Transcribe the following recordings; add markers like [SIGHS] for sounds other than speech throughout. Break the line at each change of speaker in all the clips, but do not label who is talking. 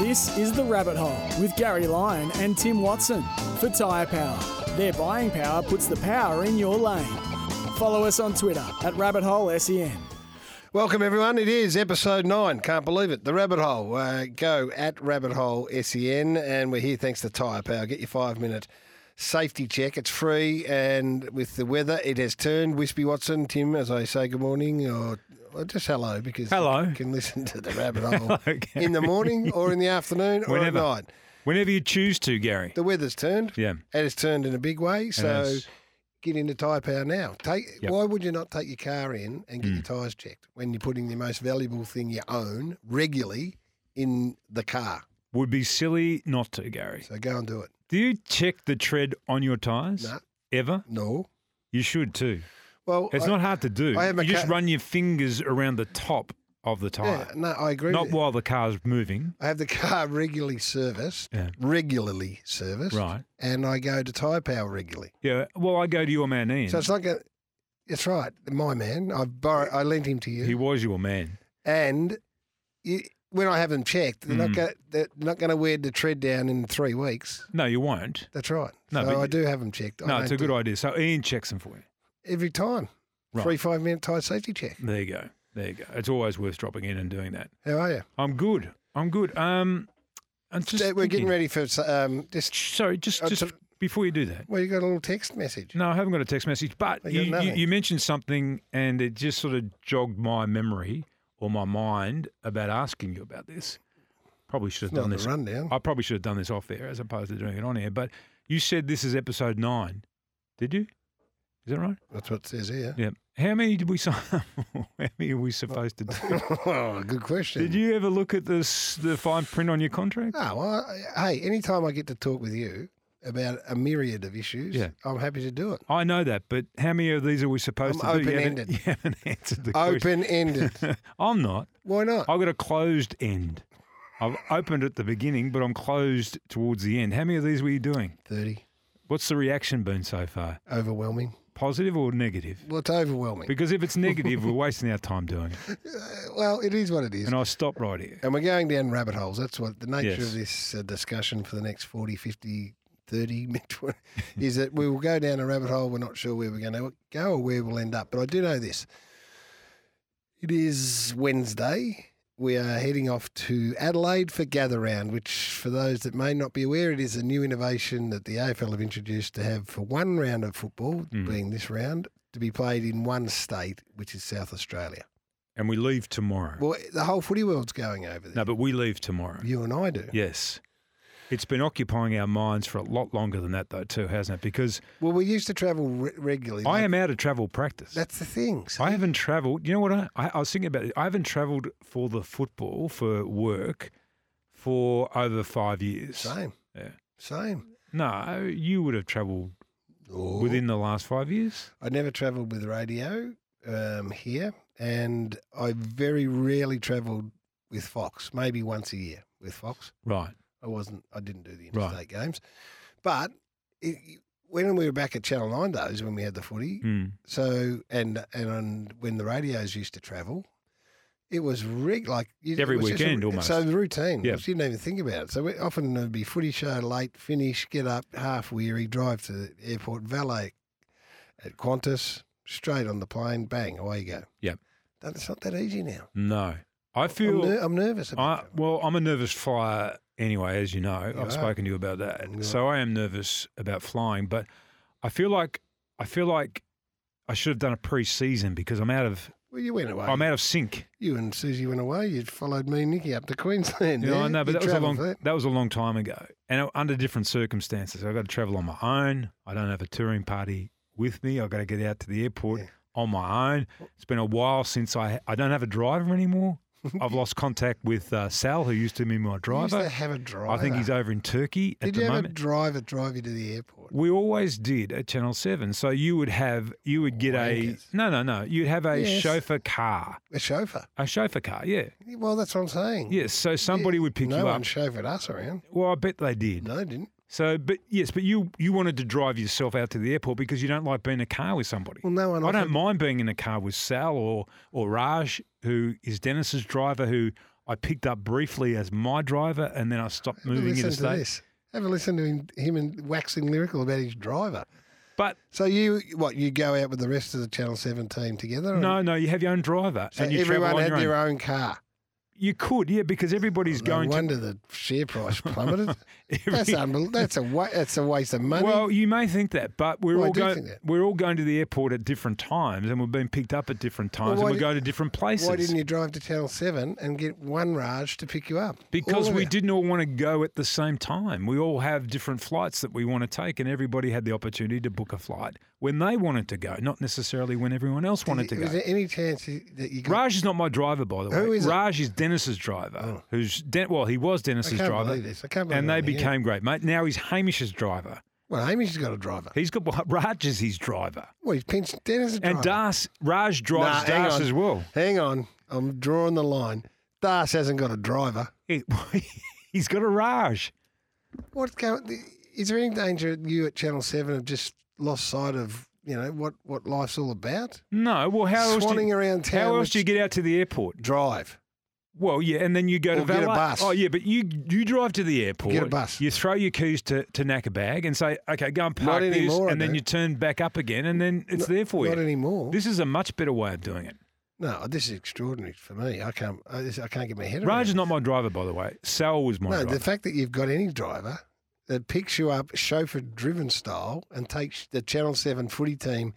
This is The Rabbit Hole with Gary Lyon and Tim Watson for Tyre Power. Their buying power puts the power in your lane. Follow us on Twitter at Rabbit Hole E SEN.
Welcome, everyone. It is episode nine. Can't believe it. The Rabbit Hole. Uh, go at Rabbit Hole SEN. And we're here thanks to Tyre Power. Get your five minute safety check. It's free. And with the weather, it has turned. Wispy Watson, Tim, as I say good morning or, or just hello because
Hello.
you can listen to The Rabbit
[LAUGHS]
Hole
Hello, Gary.
in the morning or in the afternoon or at
Whenever.
night.
Whenever you choose to, Gary.
The weather's turned.
Yeah.
It has turned in a big way. So.
has.
Get into tyre power now. Take
Yep. Mm.
why would you not take your car in and get your tyres checked when you're putting the most valuable thing you own regularly in the car?
Would be silly not to, Gary.
So go and do it.
Do you check the tread on your tyres?
No.
Ever?
No.
You should too.
Well,
It's
I-
not hard to do.
I have my
you just
cat-
run your fingers around the top of the
Yeah,
tyre.
no, I agree.
not
with you.
while the car's moving.
I have the car regularly serviced,
Yeah.
regularly serviced,
Right.
and I go to Tyre Power regularly.
Yeah. Well, I go to your man Ian.
So it's like a, it's right, my man. I borrow, I lent him to you,
he was your man.
and you, when I have them checked, they're not
Mm.
going they're not going to wear the tread down in three weeks.
No, you won't.
That's right.
No,
so
but
I
you-
do have them checked. I
No, it's
don't
a good
do-
idea. So Ian checks them for you.
every time.
Right.
Three five minute tyre safety check.
There you go. There you go. It's always worth dropping in and doing that.
How are you?
I'm good. I'm good. Um, and just
Uh, We're getting
thinking-
ready for um, just.
Sorry, just
Uh,
just
to-
before you do that.
Well, you got a little text message.
No, I haven't got a text message, but
I
you,
got
you,
nothing.
you mentioned something and it just sort of jogged my memory or my mind about asking you about this. Probably should have
Not
done
the
this.
rundown.
I probably should have done this off air as opposed to doing it on air, but you said this is episode nine. Did you? Is that right?
That's what it says here.
Yeah. How many did we [LAUGHS] sign up for? How many are we
[LAUGHS]
supposed to do?
oh, good question.
Did you ever look at this, the fine print on your contract?
No, well, I- hey, anytime I get to talk with you about a myriad of issues,
Yeah.
I'm happy to do it.
I know that, but how many of these are we supposed
I'm
to do? You haven't-
open-ended.
[LAUGHS] You haven't answered the question.
Open
[LAUGHS]
ended.
I'm not.
Why not?
I've got a closed end. I've opened at the beginning, but I'm closed towards the end. How many of these were you doing?
30.
What's the reaction been so far?
Overwhelming.
Positive or negative?
Well, it's overwhelming.
Because if it's negative, we're wasting our time doing it.
well, it is what it is.
And I'll stop right here.
And we're going down rabbit holes. That's what the nature
Yes.
of this uh, discussion for the next 40, 50, [LAUGHS] 30 minutes is that we will go down a rabbit hole. We're not sure where we're going to go or where we'll end up. But I do know this. It is Wednesday. We are heading off to Adelaide for Gather Round, which, for those that may not be aware, it is a new innovation that the AFL have introduced to have for one round of football,
Mm.
being this round, to be played in one state, which is South Australia.
And we leave tomorrow.
Well, the whole footy world's going over there.
no, but we leave tomorrow.
You and I do.
Yes. It's been occupying our minds for a lot longer than that, though, too, hasn't it? Because
Well, we used to travel re- regularly.
I
That-
am out of travel practice.
That's the thing. So
I haven't travelled. You know what? I, I, I was thinking about it. I haven't travelled for the football for work for over five years.
same.
Yeah.
Same.
No, you would have travelled
Oh.
within the last five years.
I never travelled with radio um, here, and I very rarely travelled with Fox. Maybe once a year with Fox.
Right.
I wasn't. I didn't do the
Right.
interstate games, but it, when we were back at Channel Nine days when we had the footy,
Mm.
so and and on, when the radios used to travel, it was rig like you- it
Every
was just a-
weekend almost.
So the routine,
Yeah.
you didn't even think about it. So we, often it'd be footy show late, finish, get up half weary, drive to the airport, valet at Qantas, straight on the plane, bang, away you go.
Yep.
That- It's not that easy now.
No. I
I'm,
feel.
ner- I'm nervous about
I,
it.
well, I'm a nervous flyer anyway, as you know.
You
I've
are.
spoken to you about that.
Yeah.
So I am nervous about flying, but I feel like I feel like I should have done a pre-season because I'm out of
Well, you went away.
I'm out of sync.
you and Susie went away. You followed me and Nikki up to Queensland.
Yeah,
yeah?
I know, but
You
that was a
travelled
long
for that.
that. was a long time ago, and uh, under different circumstances. I've got to travel on my own. I don't have a touring party with me. I've got to get out to the airport
Yeah.
on my own. It's been a while since I I don't have a
[LAUGHS]
driver anymore. I've lost contact with uh, Sal, who used to be my
You used
driver.
to have a driver.
I think he's over in Turkey at
Did
the
you have
moment.
a driver drive you to the airport?
We always did at Channel Seven. So you would have, you would get
Wankers.
a no, no, no. You'd have a
Yes.
chauffeur car,
A chauffeur.
a chauffeur car. Yeah,
Well, that's what I'm saying.
yes. So somebody would pick
no
you
one
up.
chauffeured us around.
Well, I bet they did.
No, they didn't.
So, but yes, but you you wanted to drive yourself out to the airport because you don't like being in a car with somebody.
Well, no one.
I
offered-
don't mind being in a car with Sal or or Raj, who is Dennis's driver, who I picked up briefly as my driver, and then I stopped moving
listen to
interstate.
this. Have a listen to him, him and waxing lyrical about his driver.
But
So you what? You go out with the rest of the Channel Seven team together? or-
no, no, you have your own driver,
So
and you travel
everyone
on
had
your own.
their own car.
You could, yeah, because everybody's
no
going
wonder the share price plummeted.
to.
that's
[LAUGHS] every-
unbel- That's a wa- that's a waste of money.
Well, you may think that, but we're
Well, I
all
do
going.
think that.
We're all going to the airport at different times, and we're being picked up at different times,
why
and
di-
we're going to different places.
Why didn't you drive to Channel Seven and get one Raj to pick you up?
Because
All of
we
you.
didn't all want to go at the same time. We all have different flights that we want to take, and everybody had the opportunity to book a flight when they wanted to go, not necessarily when everyone else wanted to
Was
go.
there any chance you- that you got?
Raj is not my driver, by the way.
Who is it? Oh.
Raj is Dennis's driver, who's Den- well, he was
I
Dennis's
can't
driver,
believe this. I can't believe
and
it
they
on the air.
became great, mate. Now he's Hamish's driver.
Well, Amy's got a driver.
He's got [LAUGHS] Raj is his driver,
Well, he's pinched Dennis a driver.
and Das Raj drives
hang
Das
on.
as well.
Hang on, I'm drawing the line. Das hasn't got a driver.
He, [LAUGHS] he's got a Raj.
What's going? Is there any danger that you at Channel Seven have just lost sight of you know what what life's all about?
No, well, how else? Do
Swanning
you,
around town.
how else
with
do you get out to the airport?
drive?
Well, yeah, and then you go to
Or get a
valet.
bus.
Oh, yeah, but you you drive to the airport.
Get a bus.
You throw your keys to to Knackerbag and say, okay, go and
Not
park this,
anymore, I
and then
don't.
you turn back up again, and then it's there for
Not
you.
anymore.
Oh, This is a much better way of doing it.
no, this is extraordinary for me. I can't. I, this- I can't get my head around.
Raj
it.
is not my driver, by the way. Sal was my
no,
driver.
the fact that you've got any driver that picks you up chauffeur-driven style and takes the Channel Seven footy team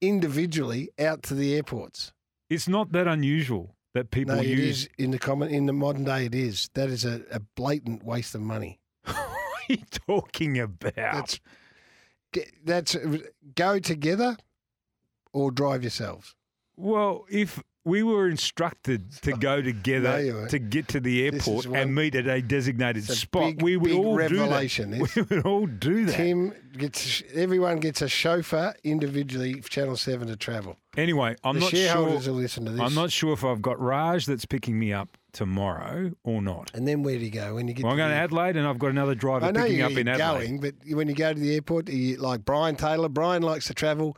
individually out to the airports.
it's not that unusual that people
No, it
use. [LAUGHS]
is in the common in the modern day. It is that is a, a blatant waste of money.
what are you talking about?
That's that's go together or drive yourselves.
Well, if we were instructed
[LAUGHS]
to go
No,
together
you weren't.
to get to the
This is
airport
one-
and meet at a designated
It's a
spot,
big,
we would
big
all
revelation,
do that.
this.
[LAUGHS] We would all do that.
Tim gets everyone gets a chauffeur individually. for Channel Seven to travel.
Anyway, I'm
the
not sure.
shareholders will listen to this.
I'm not sure if I've got Raj that's picking me up tomorrow or not.
And then where do you go when you get?
Well, I'm
to
going
the
to
airport?
Adelaide, and I've got another driver
I know
picking
you're
up in Adelaide.
going, but when you go to the airport, you, like Brian Taylor, Brian likes to travel.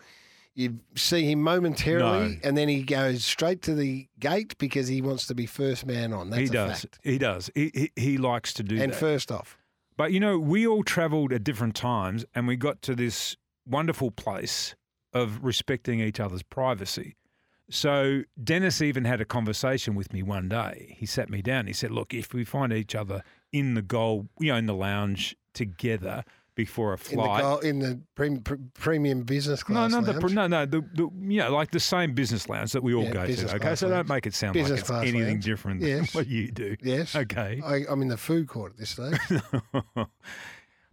You see him momentarily,
No.
and then he goes straight to the gate because he wants to be first man on. That's
he
a
does.
fact.
He does. He, he he likes to do
And
that.
first off,
but you know, we all travelled at different times, and we got to this wonderful place of respecting each other's privacy. So Dennis even had a conversation with me one day. He sat me down. He said, "Look, if we find each other in the goal, you know, in the lounge together before a
in the,
flight,
go- in the pre- pre- premium business class,
No, no, the,
lounge,
no, no. The, the you know, like the same business lounge that we all
Yeah,
go
business
to. Okay,
class
so don't
lounge.
make it sound
Business
like
class
it's anything
lounge.
different
Yes.
than what you do.
yes.
Okay.
I, I'm in the food court at this
[LAUGHS]
stage.
We're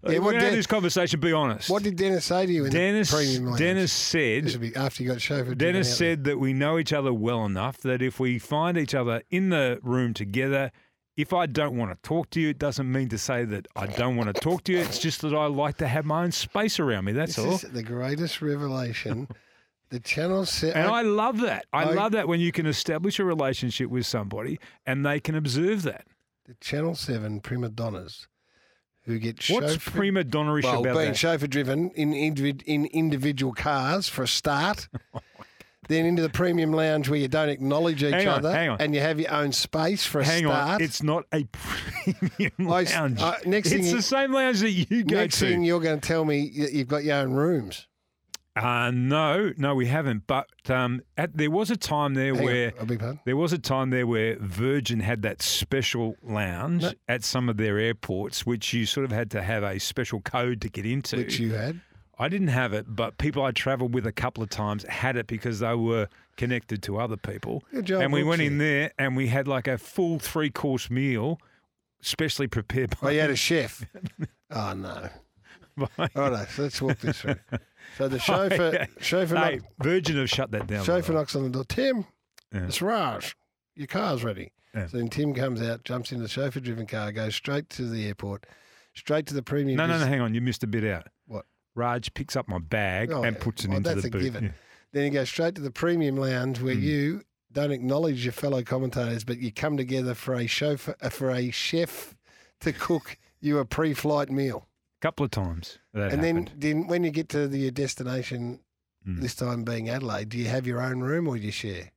what
going to have
Den-
this conversation. Be honest.
what did Dennis say to you in
Dennis?
the premium lounge?
Dennis
this
said.
would be after you got chauffeured.
Dennis said that we know each other well enough that if we find each other in the room together, if I don't want to talk to you, it doesn't mean to say that I don't want to talk to you. It's just that I like to have my own space around me. That's
"This
all.
is the greatest
[LAUGHS]
revelation." the channel said,
And I love that. I,
I-
love that when you can establish a relationship with somebody and they can observe that.
the Channel Seven prima donnas who get
What's
chauffeured-
prima donnerish
well
about
being
that?
chauffeur driven in individ, in individual cars for a
[LAUGHS]
start.
Oh
Then into the premium lounge where you don't acknowledge each
Hang on,
other
hang on.
and you have your own space for a
Hang
start.
on, it's not a [LAUGHS] premium
I s-
lounge.
uh, next
it's
thing you-
the same lounge that you go
Next
to.
thing you're going to tell me y- you've got your own rooms.
uh, no, no, we haven't. But um, at, there was a time there
Hang on,
where
I beg pardon.
there was a time there where Virgin had that special lounge at some of their airports, which you sort of had to have a special code to get into.
Which you had.
[LAUGHS] I didn't have it, but people I travelled with a couple of times had it because they were connected to other people.
Good job,
and we went
Brooksy.
in there and we had like a full three course meal, specially prepared
Oh,
by.
you had a
[LAUGHS]
chef. oh no.
by
All right, so let's walk this through. So
[LAUGHS]
the chauffeur,
yeah.
chauffeur,
hey,
knock-
Virgin have shut that down. by
chauffeur
the way.
knocks on the door. Tim,
Yeah.
it's Raj. Your car's ready.
Yeah.
So then Tim comes out, jumps in the chauffeur-driven car, goes straight to the airport, straight to the premium.
No, no, no,
business-
hang on. You missed a bit out.
What?
Raj picks up my bag
Oh,
and
yeah.
puts it
Well,
into
that's
the
a
boot.
given.
Yeah.
Then you go straight to the premium lounge where
Mm.
you don't acknowledge your fellow commentators, but you come together for a chauffeur, uh, for a chef to cook you a pre-flight meal.
A couple of times. That
and
happened. Mm.
then, then when you get to the, your destination, this time being Adelaide, do you have your own room or do you share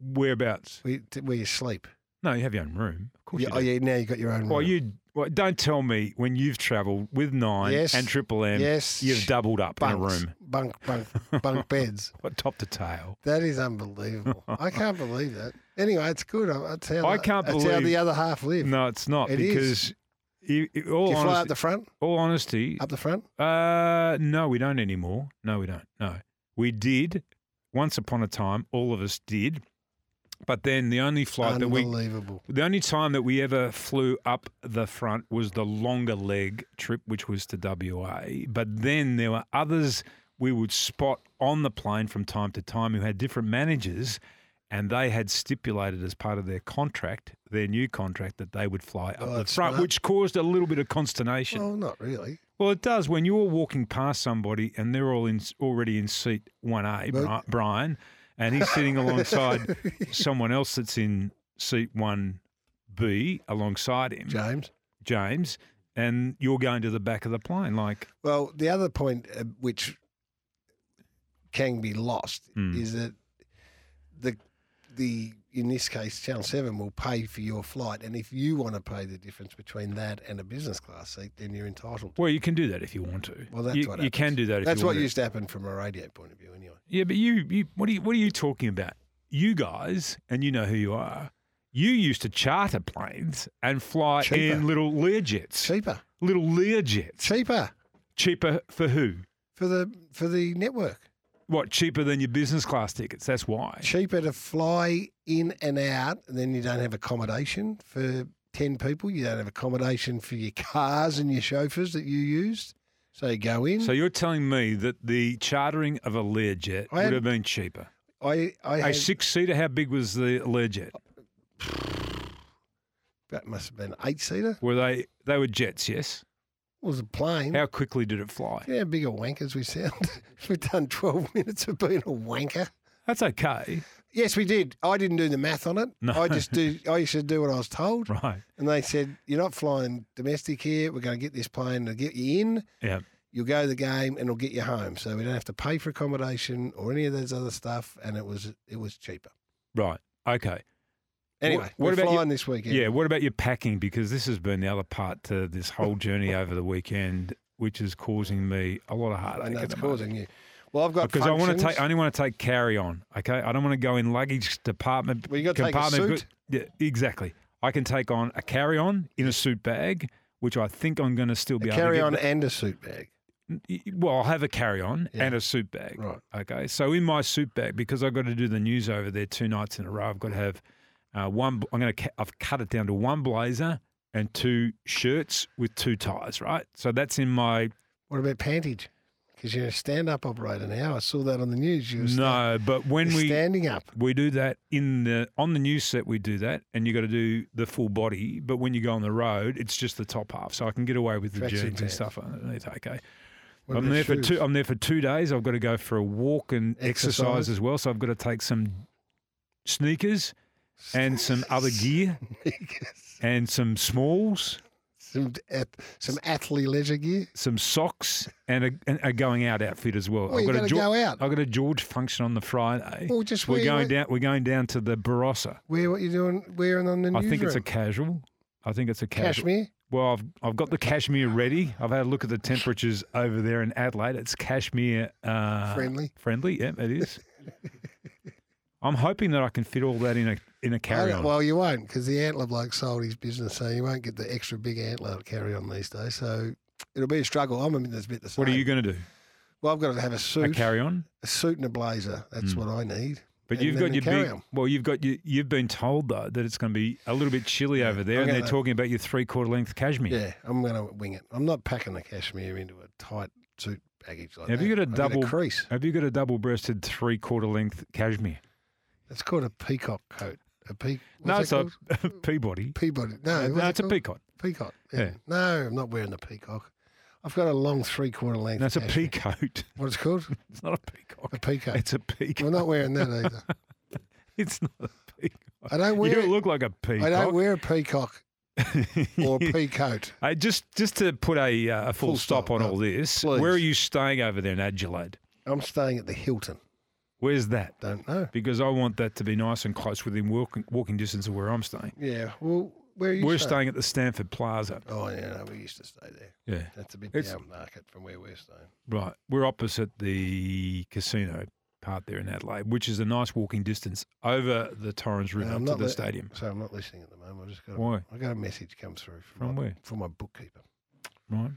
Whereabouts?
where, where you sleep?
No, you have your own room. Of course
Yeah,
you
oh,
do.
yeah, now you've got your own
Well,
room.
you well, don't tell me when you've travelled with Nine
Yes.
and Triple M,
Yes.
you've doubled up in um, a
Bunks.
room,
Bunk,
[LAUGHS]
bunk, bunk beds.
What, top to tail.
That is unbelievable. I can't believe that. Anyway, it's good. I- That's how,
I
the-
can't
that's how
believe-
the other half live.
No, it's not
It
because.
is.
You, you-
Do
all,
you fly up
honesty,
the front?
all honesty,
Up the front?
uh, no, we don't anymore. No, we don't. No, we did once upon a time. All of us did, but then the only flight that we
Unbelievable.
The only time that we ever flew up the front was the longer leg trip, which was to WA. But then there were others we would spot on the plane from time to time who had different managers, and they had stipulated as part of their contract, their new contract, that they would fly up
Oh,
the
that's
front,
smart.
which caused a little bit of consternation.
Well, not really.
Well, it does when you're walking past somebody and they're all in already in seat one A,
[LAUGHS] Well-
Brian, and he's sitting alongside someone else that's in seat one B alongside him,
James.
James, and you're going to the back of the plane. Like,
Well, the other point uh, which can be lost
Mm.
is that the the in this case Channel Seven will pay for your flight, and if you want to pay the difference between that and a business class seat, then you're entitled. to
well, you can do that if you want to.
Well, that's
you,
what
you can
happens.
do that. If
That's
you
what
want to.
used to happen from a radio point of view, anyway.
Yeah, but you, you, what are you, what are you talking about? You guys, and you know who you are. You used to charter planes and fly
Cheaper.
in little Learjets,
Cheaper,
little Learjets.
cheaper
Cheaper for who?
for the for the network.
What cheaper than your business class tickets? That's why.
Cheaper to fly in and out, and then you don't have accommodation for ten people. You don't have accommodation for your cars and your chauffeurs that you used. So you go in.
So you're telling me that the chartering of a Learjet
I
would
had-
have been cheaper?
I I
A
had,
six seater? How big was the Learjet?
that must have been an eight seater.
Were they they were jets? Yes.
It was a plane.
How quickly did it fly?
yeah, bigger wankers we sound. [LAUGHS] We've done twelve [LAUGHS] minutes of being a wanker.
That's okay,
Yes, we did. I didn't do the math on it.
No.
I just do. I used to do what I was told,
right?
and they said, "You're not flying domestic here. We're going to get this plane to get you in.
Yeah.
You'll go to the game, and it'll get you home. So we don't have to pay for accommodation or any of those other stuff. And it was it was cheaper.
Right. Okay.
Anyway,
what
we're
about you-
flying this weekend.
Yeah. What about your packing? Because this has been the other part to this
[LAUGHS]
whole journey over the weekend, which is causing me a lot of heartache.
I know
at
it's
the moment.
causing you. Well, I've got
Because I want to take, I
functions.
only want to take carry on. Okay, I don't want to go in luggage department.
Well, you gotta take a
compartment.
suit.
Yeah, exactly. I can take on a carry on in a suit bag, which I think I'm going to still be
a
able
carry on
to
and a suit bag.
get. Well, I'll have a carry on
Yeah.
and a suit bag.
Right.
Okay, so in my suit bag, because I've got to do the news over there two nights in a row, I've got to have uh, one. I'm going to. I've cut it down to one blazer and two shirts with two ties. Right. So that's in my
What about pantage? Because you're a stand-up operator now. I saw that on the news. You were sta-
no. But when
you're
we
standing up.
We do that in the on the news set. We do that, and you got to do the full body. But when you go on the road, it's just the top half. So I can get away with the
Tracksuit
jeans and
pants.
stuff underneath. Okay,
What
I'm
about
there for
shoes?
two. I'm there for two days. I've got to go for a walk and exercise,
Exercise.
as well. So I've got to take some sneakers
[LAUGHS]
and some other gear
Sneakers.
and some smalls,
some at, some athlete leisure gear.
some socks, and a, and a going out outfit as well.
Well,
I've
you
got
got to
Geor-
go out.
I've got a George function on the Friday.
Well, just
we're
wear
going
what-
down. We're going down to the Barossa.
Wear what you're doing. Wearing on the
I
news.
think it's a casual. I think it's a casual.
cashmere.
Well, I've, I've got the cashmere ready. I've had a look at the temperatures over there in Adelaide. It's cashmere uh,
Friendly.
Friendly, yeah,
[LAUGHS]
it is. I'm hoping that I can fit all that in a in a
I
carry
don't-
on.
Well, you won't because the antler bloke sold his business, so you won't get the extra big antler to carry on these days. So it'll be a struggle. I'm a bit, a bit the same.
what are you going to do?
Well, I've got to have a
A
suit,
carry on?
a suit and a blazer. That's
Mm.
what I need.
But
And
you've
then
got
the
your big.
carry-on.
Well, you've got your, You've been told though that it's going to be a little bit chilly over there,
I'm
and they're
gonna-
talking about your three quarter length cashmere.
Yeah, I'm going to wing it. I'm not packing the cashmere into a tight suit package like
Have
that.
you got a
I've
double-
crease?
Have you got a double breasted three quarter length cashmere?
It's called a peacock coat. A peac.
no,
what's
it's
that
a
called?
[LAUGHS] Peabody.
Peabody. No,
no,
what's it
it's a
called?
peacock.
Peacock.
Yeah.
No, I'm not wearing the peacock. I've got a long three quarter length.
No, it's a
cashmere.
peacoat.
What it's called?
It's not a peacock.
A peacock.
It's a peacock.
I'm not wearing that either.
[LAUGHS] It's not a peacock.
I don't
You
wear.
don't
it.
look like a peacock.
I don't wear a peacock
[LAUGHS]
or a peacoat.
Hey, just just to put a, uh, a full,
Full
stop
stop,
on
no.
all this,
Please.
where are you staying over there in Adelaide?
I'm staying at the Hilton.
Where's that?
Don't know.
Because I want that to be nice and close within walking, walking distance of where I'm staying.
Yeah. Well, where are you
We're
staying?
staying at the Stanford Plaza.
Oh, yeah. No, we used to stay there.
Yeah.
That's a bit
It's-
down market from where we're staying.
Right. We're opposite the casino part there in Adelaide, which is a nice walking distance over the Torrens River
I'm
up to
Uh, not
the
li-
stadium.
So I'm not listening at the moment. I just got a,
Why?
I got a message comes through from,
From
my,
where?
from my bookkeeper.
Right.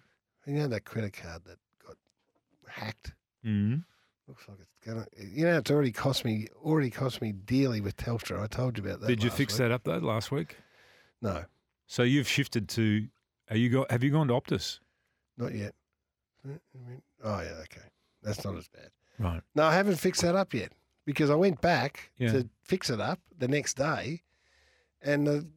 You know that credit card that got hacked.
Mm.
Looks like it's gonna. You know, it's already cost me already cost me dearly with Telstra. I told you about that.
Did you
last
fix
week.
that up though last week?
No,
So you've shifted to. Are you go, Have you gone to Optus?
not yet. Oh yeah, okay. That's not as bad.
Right.
No, I haven't fixed that up yet because I went back
Yeah.
to fix it up the next day, and the,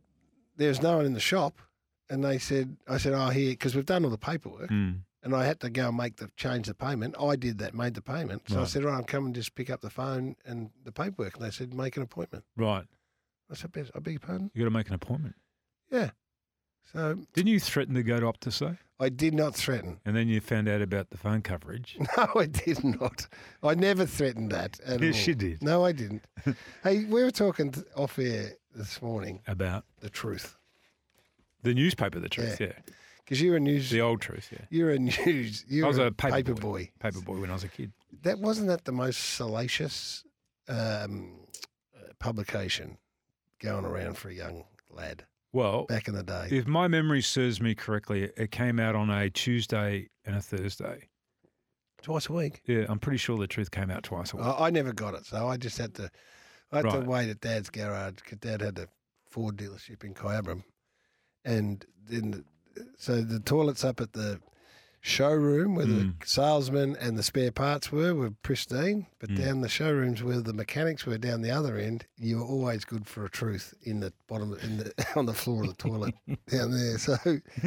there's no one in the shop. And they said, I said, oh here, because we've done all the paperwork.
Mm.
and I had to go and make the change the payment. I did that, made the payment. So I
Right.
said, "Right, I'm coming. Just pick up the phone and the paperwork." And they said, "Make an appointment."
Right.
I said, "Bes- "I beg your pardon."
You got to make an appointment.
Yeah. So
Didn't you threaten to go to Optus though?
I did not threaten. [LAUGHS]
And then you found out about the phone coverage.
No, I did not. I never threatened that. At
[LAUGHS] Yes,
all.
you did.
No, I
[LAUGHS]
didn't. hey, we were talking t- off air this morning.
about
The truth,
the newspaper, the truth, yeah,
because you're a news.
the old truth, yeah.
You're a news. You're
I was a
paper,
paper,
boy.
paper boy when I was a kid.
That wasn't that the most salacious um, uh, publication going around for a young lad.
Well,
back in the day.
if my memory serves me correctly, it came out on a Tuesday and a Thursday.
Twice a week.
Yeah, I'm pretty sure the truth came out twice a week.
I, I never got it, so I just had to. I had to
Right.
wait at Dad's garage because Dad had a Ford dealership in Kyabram, and then so the toilets up at the showroom where
Mm.
the salesman and the spare parts were were pristine,
Mm.
but down the showrooms where the mechanics were down the other end, you were always good for a truth in the bottom in the [LAUGHS] on the floor of the toilet down there. So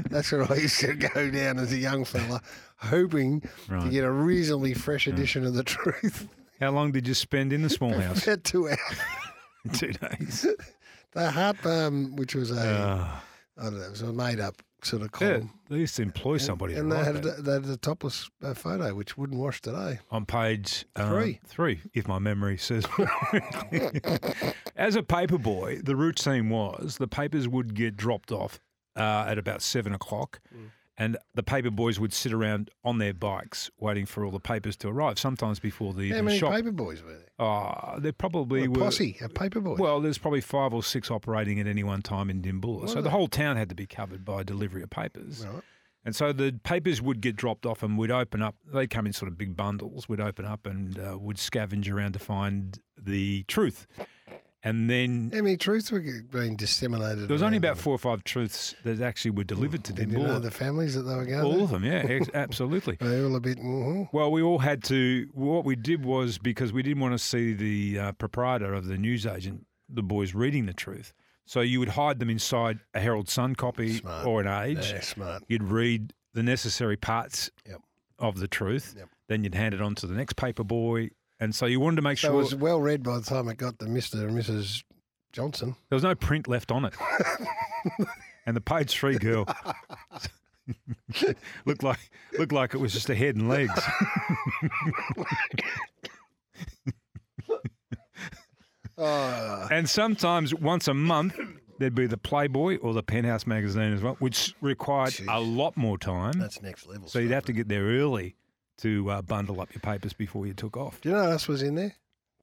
that's where I used to go down as a young fella, hoping to
Right.
get a reasonably fresh edition of the [LAUGHS] truth.
How long did you spend in the small [LAUGHS] house?
About [LAUGHS] two hours.
Two days.
The heart bomb, which was a
Uh,
I don't know, it was a made up sort of
yeah,
column.
they used to employ somebody.
and
to
they
write
had,
that.
the, they had the topless uh, photo, which wouldn't wash today.
on page um,
Three.
three, if my memory says. [LAUGHS] As a paper boy, the routine was the papers would get dropped off uh, at about seven o'clock,
Mm.
and the paper boys would sit around on their bikes waiting for all the papers to arrive. Sometimes before the
How
even
many
shop.
paper boys were there?
Ah, there probably
a
were.
posse of paper boys.
Well, there's probably five or six operating at any one time in Dimboola. So the whole town had to be covered by delivery of papers.
Right.
And so the papers would get dropped off and we'd open up. They come in sort of big bundles. We'd open up and uh, would scavenge around to find the truth. And then
How many truths were g- being disseminated?
there was only
around
about four or five truths that actually were delivered to
them? Did you know
Dimboola.
the families that they were going
All
to?
of
[LAUGHS]
them, yeah, ex- absolutely.
They were all a bit, mm-hmm.
Well, we all had to. What we did was because we didn't want to see the uh, proprietor of the newsagent, the boys reading the truth. So you would hide them inside a Herald Sun copy
Smart.
or an Age.
yeah, smart.
You'd read the necessary parts
Yep.
of the truth.
Yep.
Then you'd hand it on to the next paper boy. And so you wanted to make
So
sure
it was well read by the time it got to Mr. and Mrs. Johnson.
there was no print left
[LAUGHS]
on it. and the page three girl [LAUGHS] looked like looked like it was just a head and legs.
Oh,
And sometimes once a month, there'd be the Playboy or the Penthouse magazine as well, which required a
Jeez.
lot more time.
that's next level.
So you'd
stuff.
have to get there early to uh, bundle up your papers before you took off.
Do you know what else was in there?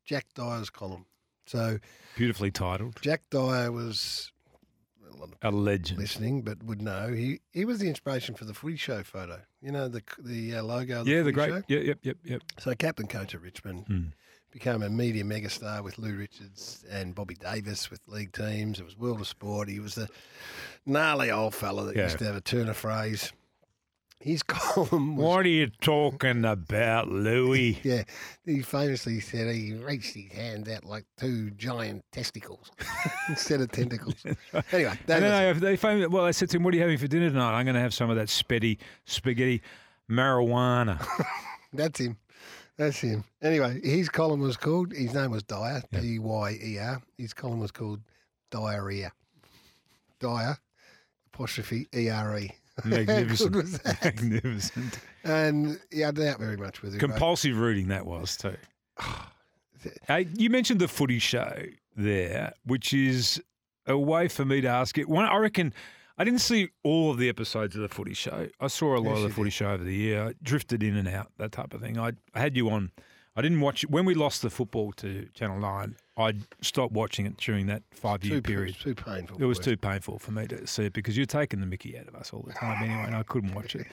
Jack Dyer's column. So
Beautifully titled.
Jack Dyer was a lot of
A legend.
listening, but would know he he was the inspiration for the footy show photo. You know the the uh, logo. Of the
Yeah, the
footy
great. Hmm.
Show?
Yeah, yep, yep, yep.
So captain coach at Richmond became a media megastar with Lou Richards and Bobby Davis with league teams. It was World of Sport. He was the gnarly old fella that
Yeah.
used to have a turn of phrase. His [LAUGHS] column was.
What are you talking about, Louis?
Yeah, he famously said he reached his hands out like two giant
[LAUGHS]
testicles instead of tentacles. Anyway, [LAUGHS] that
And
was
then they, they found well, I said to him, What are you having for dinner tonight? I'm going to have some of that spaghetti, spaghetti
[LAUGHS]
marijuana.
That's him. That's him. Anyway, his column was called, his name was Dyer, D Y E R. His column was called Diarrhea. Dyer, apostrophe E R E.
Magnificent.
was that?
Magnificent.
And yeah, I doubt very much with it. [SIGHS]
Compulsive reading that was, too. Uh, you mentioned the footy show there, which is a way for me to ask it. One, I reckon I didn't see all of the episodes of the footy show. I saw a
Yes,
lot of the
you
footy show over the year. I drifted in and out, that type of thing. I, I had you on. I didn't watch when we lost the football to Channel Nine. I stopped watching it during that five-year
Too, pa-
period.
it's too painful.
It was
for
too painful for me to see it because you're taking the mickey out of us all the time anyway, and I couldn't
[LAUGHS]
watch it.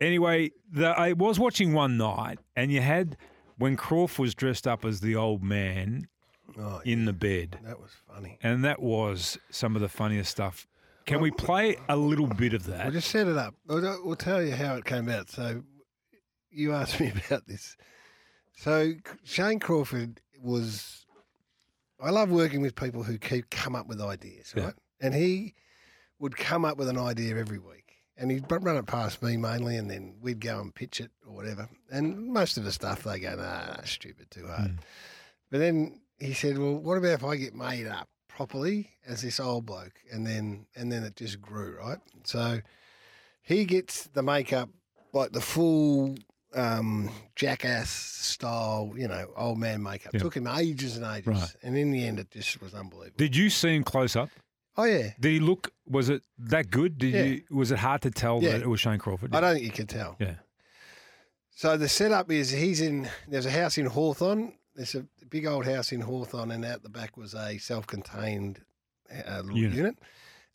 Anyway, the, I was watching one night, and you had when Croft was dressed up as the old man
us. Oh,
in the bed,
that was funny.
and that was some of the funniest stuff. Can we play a little bit of
Well,
that?
just set it up. We'll, we'll tell you how it came about. So, you asked me [LAUGHS] about this. So, Shane Crawford was. I love working with people who keep come up with ideas,
Yeah.
right? And he would come up with an idea every week, and he'd bu- run it past me mainly, and then we'd go and pitch it or whatever. And most of the stuff they go, nah, stupid, too hard.
Hmm.
But then he said, "Well, what about if I get made up properly as this old bloke?" And then and then it just grew, right? So he gets the makeup like the full um, jackass style, you know, old man makeup.
Yeah.
Took him ages and ages,
Right.
and in the end, it just was unbelievable.
Did you see him close up?
oh yeah,
Did he look? Was it that good? Did
Yeah.
you? Was it hard to tell
Yeah.
that it was Shane Crawford?
I don't think you could tell.
Yeah.
So the setup is he's in. There's a house in Hawthorn. There's a big old house in Hawthorn, and out the back was a self-contained uh, little
Unit.
unit.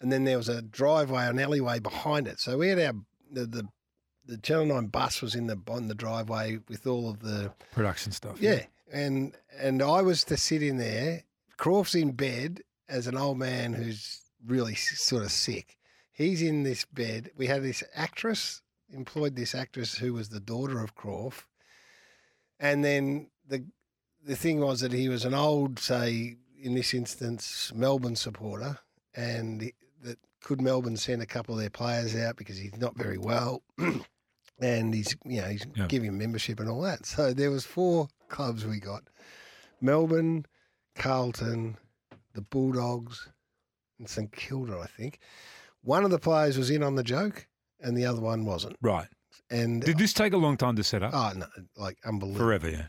and then there was a driveway, an alleyway behind it. So we had our the the, the Channel Nine bus was in the on the driveway with all of the
Production stuff.
yeah, and and I was to sit in there. Croft's in bed as an old man who's really s- sort of sick. He's in this bed. We had this actress employed this actress who was the daughter of Croft, and then the the thing was that he was an old, say in this instance, Melbourne supporter, and he- that could Melbourne send a couple of their players out because he's not very well, and he's you know he's
Yeah.
giving membership and all that. So there was four clubs we got: Melbourne, Carlton, the Bulldogs, and St Kilda, I think. One of the players was in on the joke, and the other one wasn't.
Right.
And
Did this take a long time to set up?
oh, no, like unbelievable.
Forever. Yeah.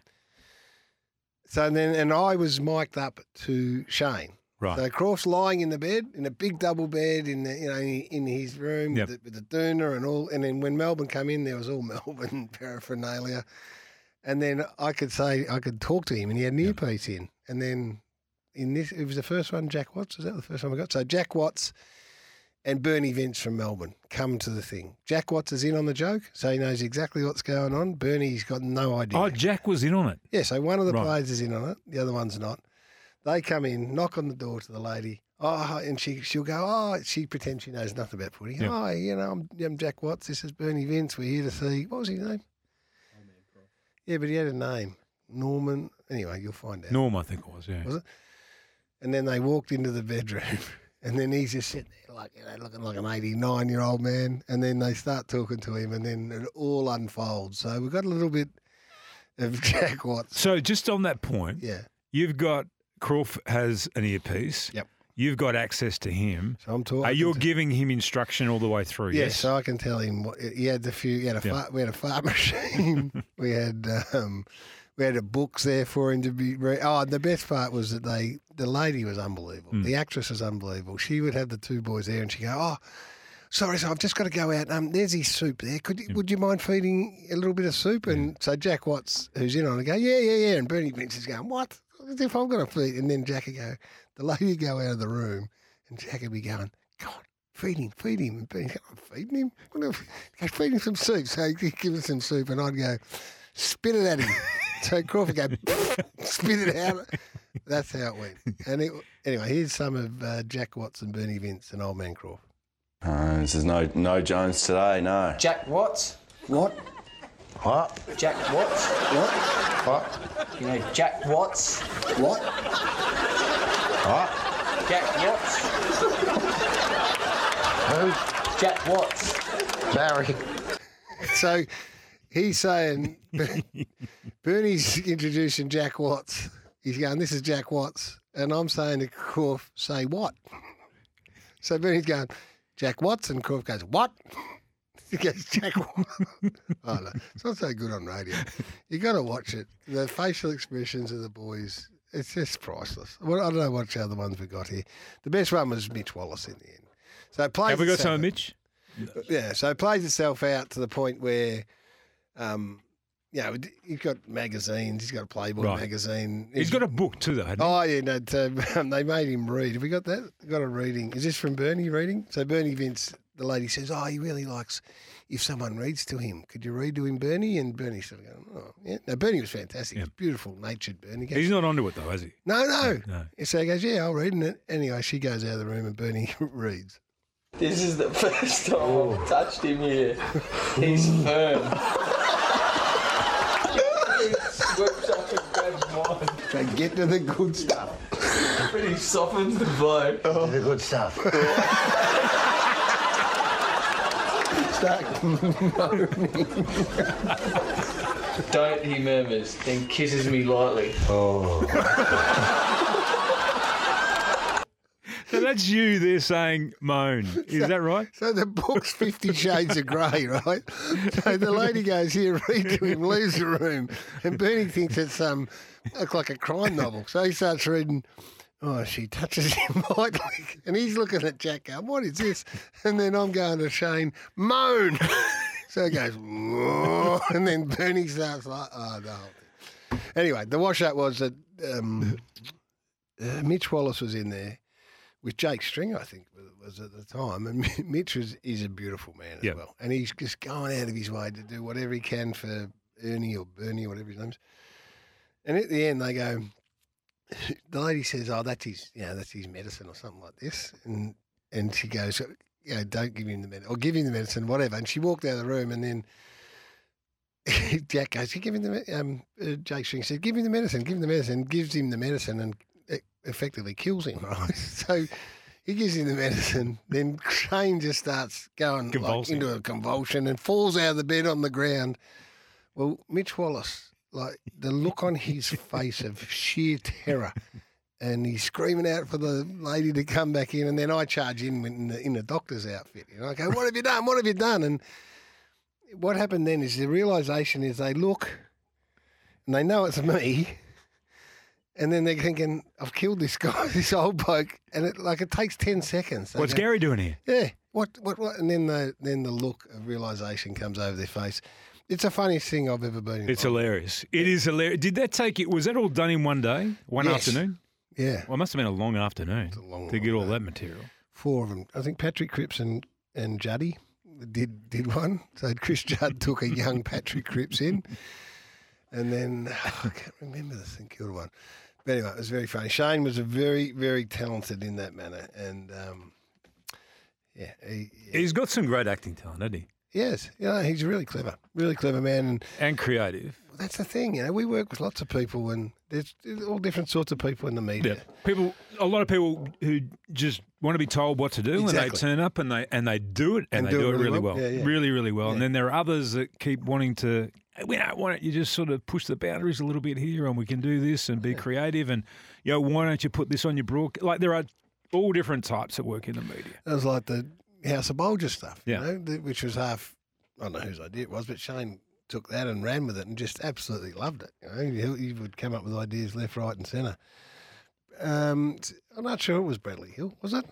So then, and I was mic'd up to Shane.
Right.
So Croft's lying in the bed, in a big double bed, in the you know in his room
Yep.
with, the, with the doona and all. And then when Melbourne come in, there was all [LAUGHS] Melbourne paraphernalia. And then I could say I could talk to him, and he had an earpiece in. And then in this, it was the first one. Jack Watts is that the first one we got? So Jack Watts and Bernie Vince from Melbourne come to the thing. Jack Watts is in on the joke, so he knows exactly what's going on. Bernie's got no idea.
Oh, Jack was in on it.
Yeah, so one of the
Right.
players is in on it, the other one's not. They come in, knock on the door to the lady. Oh, and she she'll go. Oh, she pretends she knows nothing about footy.
Yeah.
Hi, you know, I'm, I'm Jack Watts. This is Bernie Vince. We're here to see what was his name. Yeah, but he had a name, Norman. Anyway, you'll find out.
Norm, I think it was. Yeah.
Was And then they walked into the bedroom, [LAUGHS] and then he's just sitting there, like you know, looking like an eighty-nine-year-old man. And then they start talking to him, and then it all unfolds. So we've got a little bit of [LAUGHS] Jack Watts.
So just on that point,
Yeah.
you've got Croft has an earpiece.
Yep.
You've got access to him.
So I'm talking.
Are you
to-
giving him instruction all the way through?
Yes, so I can tell him. What, he had the few. He had a
Yeah.
fart, we had a fart [LAUGHS] machine. we had um, we had a books there for him to be. Re- oh, the best part was that they the lady was unbelievable. The actress was unbelievable. She would have the two boys there, and she go, oh. Sorry, so I've just got to go out. Um, there's his soup there. Could you, would you mind feeding a little bit of soup? And so Jack Watts, who's in on it, go, yeah, yeah, yeah. And Bernie Vince is going, what? As if I'm going to feed. And then Jack would go, the lady would go out of the room, and Jack would be going, God, feed him, feed him. And [LAUGHS] Bernie's going, I'm feeding him? What if, [LAUGHS] go feed him some soup. So he'd give him some soup, and I'd go, spit it at him. so Crawford would go, [LAUGHS] spit it out. That's how it went. And it, anyway, here's some of uh, Jack Watts and Bernie Vince and Old Man Crawford.
Jones. There's no no Jones today. No.
Jack Watts.
What? What?
Jack Watts. What?
What?
You know, Jack Watts.
What?
Jack Watts.
Who?
Jack Watts.
Barry.
[LAUGHS] So he's saying Bernie's introducing Jack Watts. He's going, This is Jack Watts. And I'm saying to Corf, say what? [LAUGHS] So Bernie's going, Jack Watts, and Corf goes, What? He goes, Jack Watts. [LAUGHS] oh, no. It's not so good on radio. you got to watch it. The facial expressions of the boys, it's just priceless. Well, I don't know what other ones we got here. The best one was Mitch Wallace in the end. So it plays
Have we got some
itself-
of Mitch?
Yeah, so it plays itself out to the point where, um, you know, he's got magazines, he's got a Playboy
Right.
magazine.
He's got a book too, though. hadn't he?
Oh yeah, no. So [LAUGHS] um, they made him read. Have we got that? Got a reading? Is this from Bernie reading? So Bernie Vince, the lady says, "Oh, he really likes if someone reads to him. Could you read to him, Bernie?" And Bernie sort of going, "Oh, yeah." No, Bernie was fantastic.
Yeah.
He's beautiful natured Bernie. He
He's
goes,
not onto it though, is
[LAUGHS]
he?
no, no.
No.
And So he goes, "Yeah, I'll read." And anyway, she goes out of the room and Bernie [LAUGHS] reads.
This is the [LAUGHS] first time I've touched him here. He's firm. he swoops up and grabs mine.
So get to the good stuff.
But he softens the blow.
The good stuff.
Don't, he murmurs, then kisses me lightly.
So that's you there saying
[LAUGHS]
moan. Is that right?
So the book's Fifty Shades of Grey, right? So the lady goes here, [LAUGHS] read to him, leaves the room, and Bernie thinks it's um, look like a crime novel. So he starts reading. Oh, she touches [LAUGHS] him lightly, and he's looking at Jack going, "What is this?" And then I'm going to Shane, moan. [LAUGHS] So he goes, "Whoa," and then Bernie starts like, "Oh no." Anyway, the washout was that um, uh, Mitch Wallace was in there with Jake Stringer, I think was at the time, and [LAUGHS] Mitch is is a beautiful man as
Yeah.
well, and he's just going out of his way to do whatever he can for Ernie or Bernie, whatever his name's. And at the end, they go. The lady says, "Oh, that's his, you know, that's his medicine or something like this," and and she goes, "You know, don't give him the medicine, or give him the medicine, whatever." And she walked out of the room, and then [LAUGHS] Jack goes, "You give him the me- um, uh, Jake String said, give him the medicine, give him the medicine, gives him the medicine, and it effectively kills him, [LAUGHS] right? so he gives him the medicine, then Shane just starts going like,
Convulsing.
into a convulsion and falls out of the bed on the ground. Well, Mitch Wallace, like the look on his face of sheer terror. And he's screaming out for the lady to come back in, and then I charge in in the, in the doctor's outfit. And I go, "What have you done? What have you done?" And what happened then is the realization is they look and they know it's me and then they're thinking i've killed this guy [LAUGHS] this old bloke and it like it takes 10 seconds They
What's
go,
Gary doing here?
yeah what what what and then the then the look of realization comes over their face it's the funniest thing i've ever been
It's
involved.
hilarious. It is hilarious. Did that take it? Was that all done in one day, one
Yes.
afternoon?
yeah
Well, it must have been a long afternoon
a long,
to get
long
all that material.
four of them i think patrick cripps and and juddy did did one so chris judd [LAUGHS] took a young patrick cripps in And then [LAUGHS] I can't remember the St Kilda one. But anyway, it was very funny. Shane was a very, very talented in that manner. And um, yeah, he, he,
He's got some great acting talent, hasn't he?
yes, you know, he's really clever, really clever man. And
And creative.
that's the thing, you know, we work with lots of people and there's all different sorts of people in the media.
Yeah. People, a lot of people who just want to be told what to do, and they
Exactly.
turn up and they and they do it, and, they do it really, well,
Yeah, yeah.
really, really well. And then there are others that keep wanting to. "Hey, We don't want it. You just sort of push the boundaries a little bit here, and we can do this and be creative. And you know, why don't you put this on your broadcast? Like there are all different types that work in the media.
It was like the House of Bolger stuff,
Yeah.
you know, th- which was half, I don't know whose idea it was, but Shane took that and ran with it and just absolutely loved it. You know, he, he would come up with ideas left, right, and centre. Um, t- I'm not sure it was Bradley Hill, was it?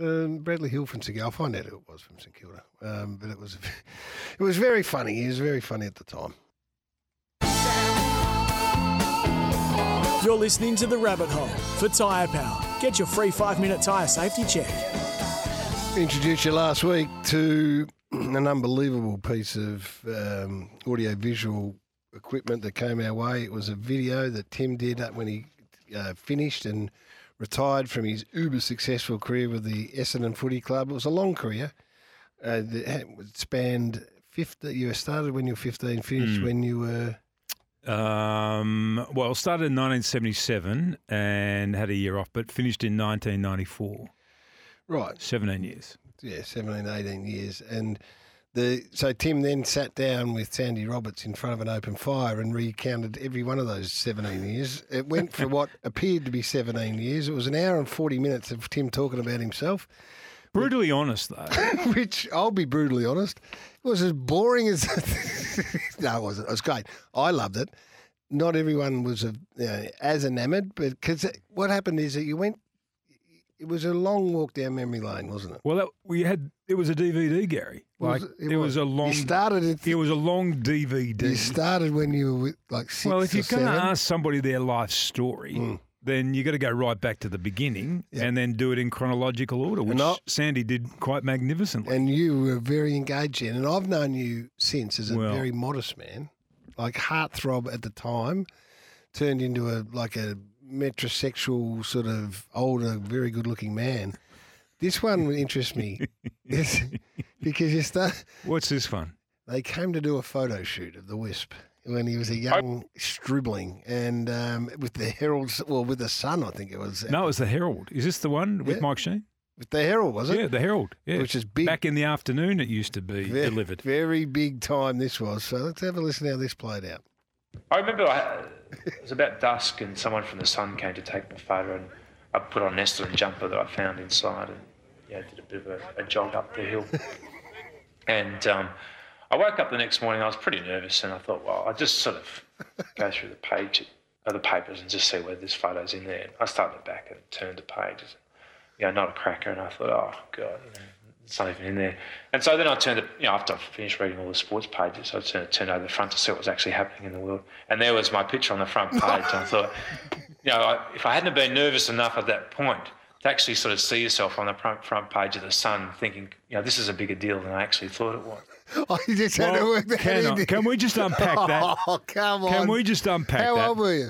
Um, Bradley Hill from St Kilda. I'll find out who it was from St Kilda. Um, but it was, [LAUGHS] it was very funny. He was very funny at the time.
You're listening to The Rabbit Hole for Tyre Power. Get your free five minute tyre safety check.
Introduced you last week to an unbelievable piece of um, audio visual equipment that came our way. It was a video that Tim did up when he uh, finished and retired from his uber successful career with the Essendon Footy Club. It was a long career uh, that had- spanned 50. You started when you were 15, finished when you were.
Um, well, started in 1977 and had a year off, but finished in 1994.
Right.
17 years.
yeah, 17, 18 years. And the so Tim then sat down with Sandy Roberts in front of an open fire and recounted every one of those 17 years. It went
[LAUGHS]
for what appeared to be 17 years. It was an hour and 40 minutes of Tim talking about himself. [LAUGHS]
Brutally honest, though.
which I'll be brutally honest, was as boring as. [LAUGHS] no, it wasn't. It was great. I loved it. Not everyone was uh you know, as enamoured, but because what happened is that you went. It was a long walk down memory lane, wasn't it?
Well, that, we had it was a DVD, Gary. Like
was-
it, was, a long.
You started it.
It was a long DVD.
you started when you were with, like six
well, if
or
you're going to
seven. Mm.
ask somebody their life story, then you got to go right back to the beginning and then do it in chronological order, which
I'll-
Sandy did quite magnificently.
and you were very engaged in. And I've known you since as a
Well.
very modest man, like heartthrob at the time, turned into a like a metrosexual sort of older, very good-looking man. This one interests
[LAUGHS]
me Yes, because you start.
What's this one?
They came to do a photo shoot of the Wisp when he was a young stribling, and um, with the Herald, well, with the Sun, I think it was.
No, it was the Herald. Is this the one with
Yeah.
Mike Sheen?
with the Herald, was it?
Yeah, the Herald. Yeah,
Which is big.
Back in the afternoon, it used to be
Very-
delivered.
Very big time this was. So let's have a listen how this played out. [LAUGHS]
I remember I, it was about dusk and someone from the sun came to take my photo and I put on an Estelin jumper that I found inside and yeah, did a bit of a, a jog up the hill. and um, I woke up the next morning, I was pretty nervous and I thought, well, I'll just sort of go through the page of the papers and just see whether this photo's in there. And I started back and turned the pages. You know, not a cracker and I thought, oh God, you know, it's not even in there. And so then I turned, the, you know, after I finished reading all the sports pages, I turned, turned over the front to see what was actually happening in the world. And there was my picture on the front page. and I thought, [LAUGHS] you know, I, if I hadn't have been nervous enough at that point to actually sort of see yourself on the front, front page of the Sun, thinking, you know, this is a bigger deal than I actually thought it was.
[LAUGHS] I just had to
Well,
work that
can I-
in.
can we just unpack that?
Oh, [LAUGHS] come on.
Can we just unpack
How
that?
old were you?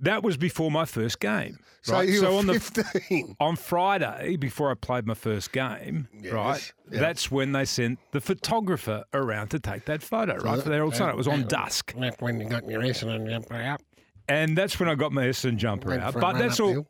That was before my first game.
So
right?
you
on
were
the [LAUGHS]
15.
on Friday, before I played my first game, right? That's when they sent the photographer around to take that photo, right? for their old son. It was on dusk.
That's when you got your Essendon jumper out.
And that's when I got my Essendon jumper
Went
out.
for a
But
run
that's
up
all.
the hill.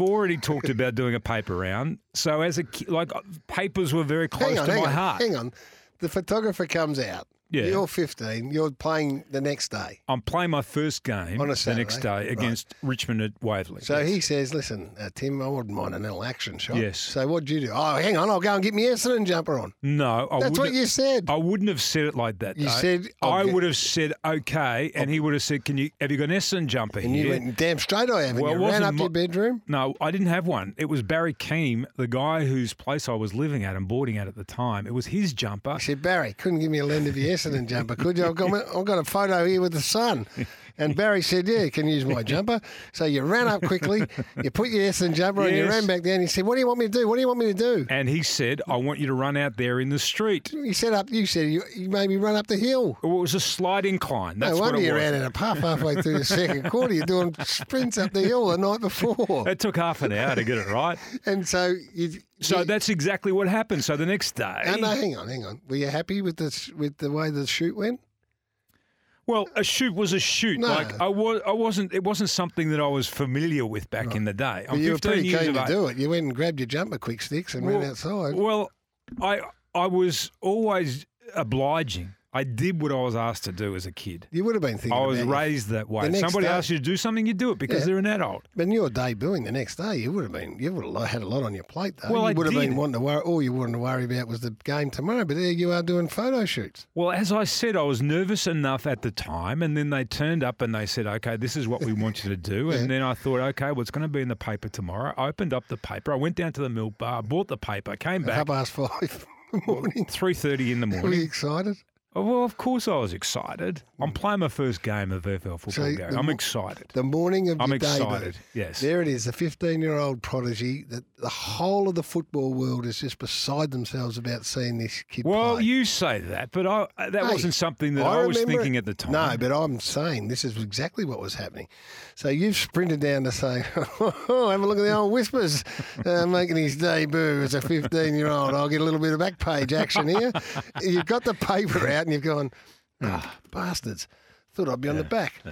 [LAUGHS]
already talked about doing a paper round. So as a kid, like uh, papers were very close
Hang on,
to
hang
my
on,
heart.
hang on. The photographer comes out.
Yeah.
You're 15. You're playing the next day.
I'm playing my first game
On a
the next
Saturday,
day against Richmond at Waverley.
So he says, listen, uh, Tim, I wouldn't mind an little action shot.
Yes.
So what'd you do? Oh, hang on. I'll go and get my Essendon jumper on.
no, I
That's what
wouldn't-
you said.
I wouldn't have said it like that.
You
though.
said, "I'll
I
get-"
would have said okay, and he would have said, "Can you have you got an Essendon jumper
and you
here?"
went, damn straight I have. And
Well, it
you ran
wasn't
up to
my-
your bedroom.
No, I didn't have one. It was Barry Keem, the guy whose place I was living at and boarding at at the time. It was his jumper.
I said, Barry, couldn't give me a lend of your Essendon jumper, could you? I've got, I've got a photo here with the sun. And Barry said, Yeah, you can use my jumper. So you ran up quickly, you put your Essendon jumper on, you
Yes.
ran back down. You said, What do you want me to do? What do you want me to do?
And he said, I want you to run out there in the street.
You said, up, You said, You, you made me run up the hill.
Well, it was a slight incline. That's
No
what
wonder
it
you
was.
ran in a puff halfway through the second quarter. You're doing sprints up the hill the night before.
It took half an hour to get it right.
And so you.
So
you,
that's exactly what happened. So the next day,
No, no, hang on, hang on. Were you happy with the, with the way the shoot went?
well, a shoot was a shoot.
No.
Like I was, I wasn't. It wasn't something that I was familiar with back in the day. I'm
Well, you were
15
pretty
Oh, years
keen
of
to
age.
do it. You went and grabbed your jumper quick sticks and ran outside.
Well, I I was always obliging. I did what I was asked to do as a kid.
You would have been thinking.
I was
about it.
raised that way. If
next
somebody
day-
asks you to do something, you do it because
Yeah.
they're an adult.
But in your debuting the next day, you would have been. You would have had a lot on your plate, though.
Well,
you
I
would have
did.
been wanting to worry. All you wanted to worry about was the game tomorrow. But there you are doing photo shoots.
Well, as I said, I was nervous enough at the time, and then they turned up and they said, "Okay, this is what we want you
[LAUGHS]
to do." And then I thought, "Okay, what's going to be in the paper tomorrow?" I opened up the paper. I went down to the milk bar, bought the paper, came back
Half past five
[LAUGHS]
in the morning.
three
[LAUGHS]
thirty in the
Were you
morning.
excited?
Oh, well, of course I was excited. I'm playing my first game of VFL football.
So
Gary.
the
I'm
mo-
excited.
The morning of
I'm
your
excited,
debut.
yes.
There it is. The 15-year-old prodigy. That the whole of the football world is just beside themselves about seeing this kid
Well,
play.
you say that, but I, uh, that
Hey,
wasn't something that I, was
remember
thinking
it-
at the time.
No, but I'm saying this is exactly what was happening. So you've sprinted down to say, [LAUGHS] oh, have a look at the old Whispers uh, making his debut as a 15 year old. I'll get a little bit of back page action here. you've got the paper out and you've gone, ah, bastards. Thought I'd be on the back.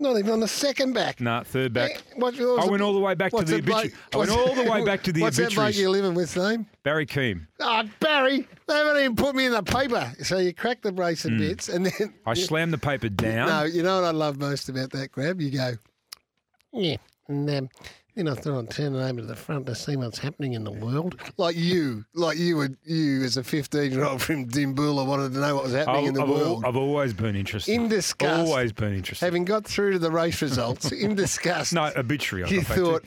Not even on the second back.
Nah, third back.
Eh, what- what was
I went all the way back to
what's
the
that bloke-
obituary. I went
what's-
all the way back to the
What's that bloke
obituaries.
you're living with, name?
Barry Keem.
Oh, Barry, they haven't even put me in the paper. So you crack the brace and bits and then [LAUGHS]
Hmm. I slammed the paper down.
No, you know what I love most about that grab? You go, yeah, and um, You know, they're on turning over to the front to see what's happening in the world. Like you, like you, would you as a 15 year old from Dimboola wanted to know what was happening
I've,
in the
I've al-
world.
I've always been interested.
In disgust.
Always been interested.
Having got through to the race
[LAUGHS]
results in disgust,
no, obituary. I
you
got back to.
thought,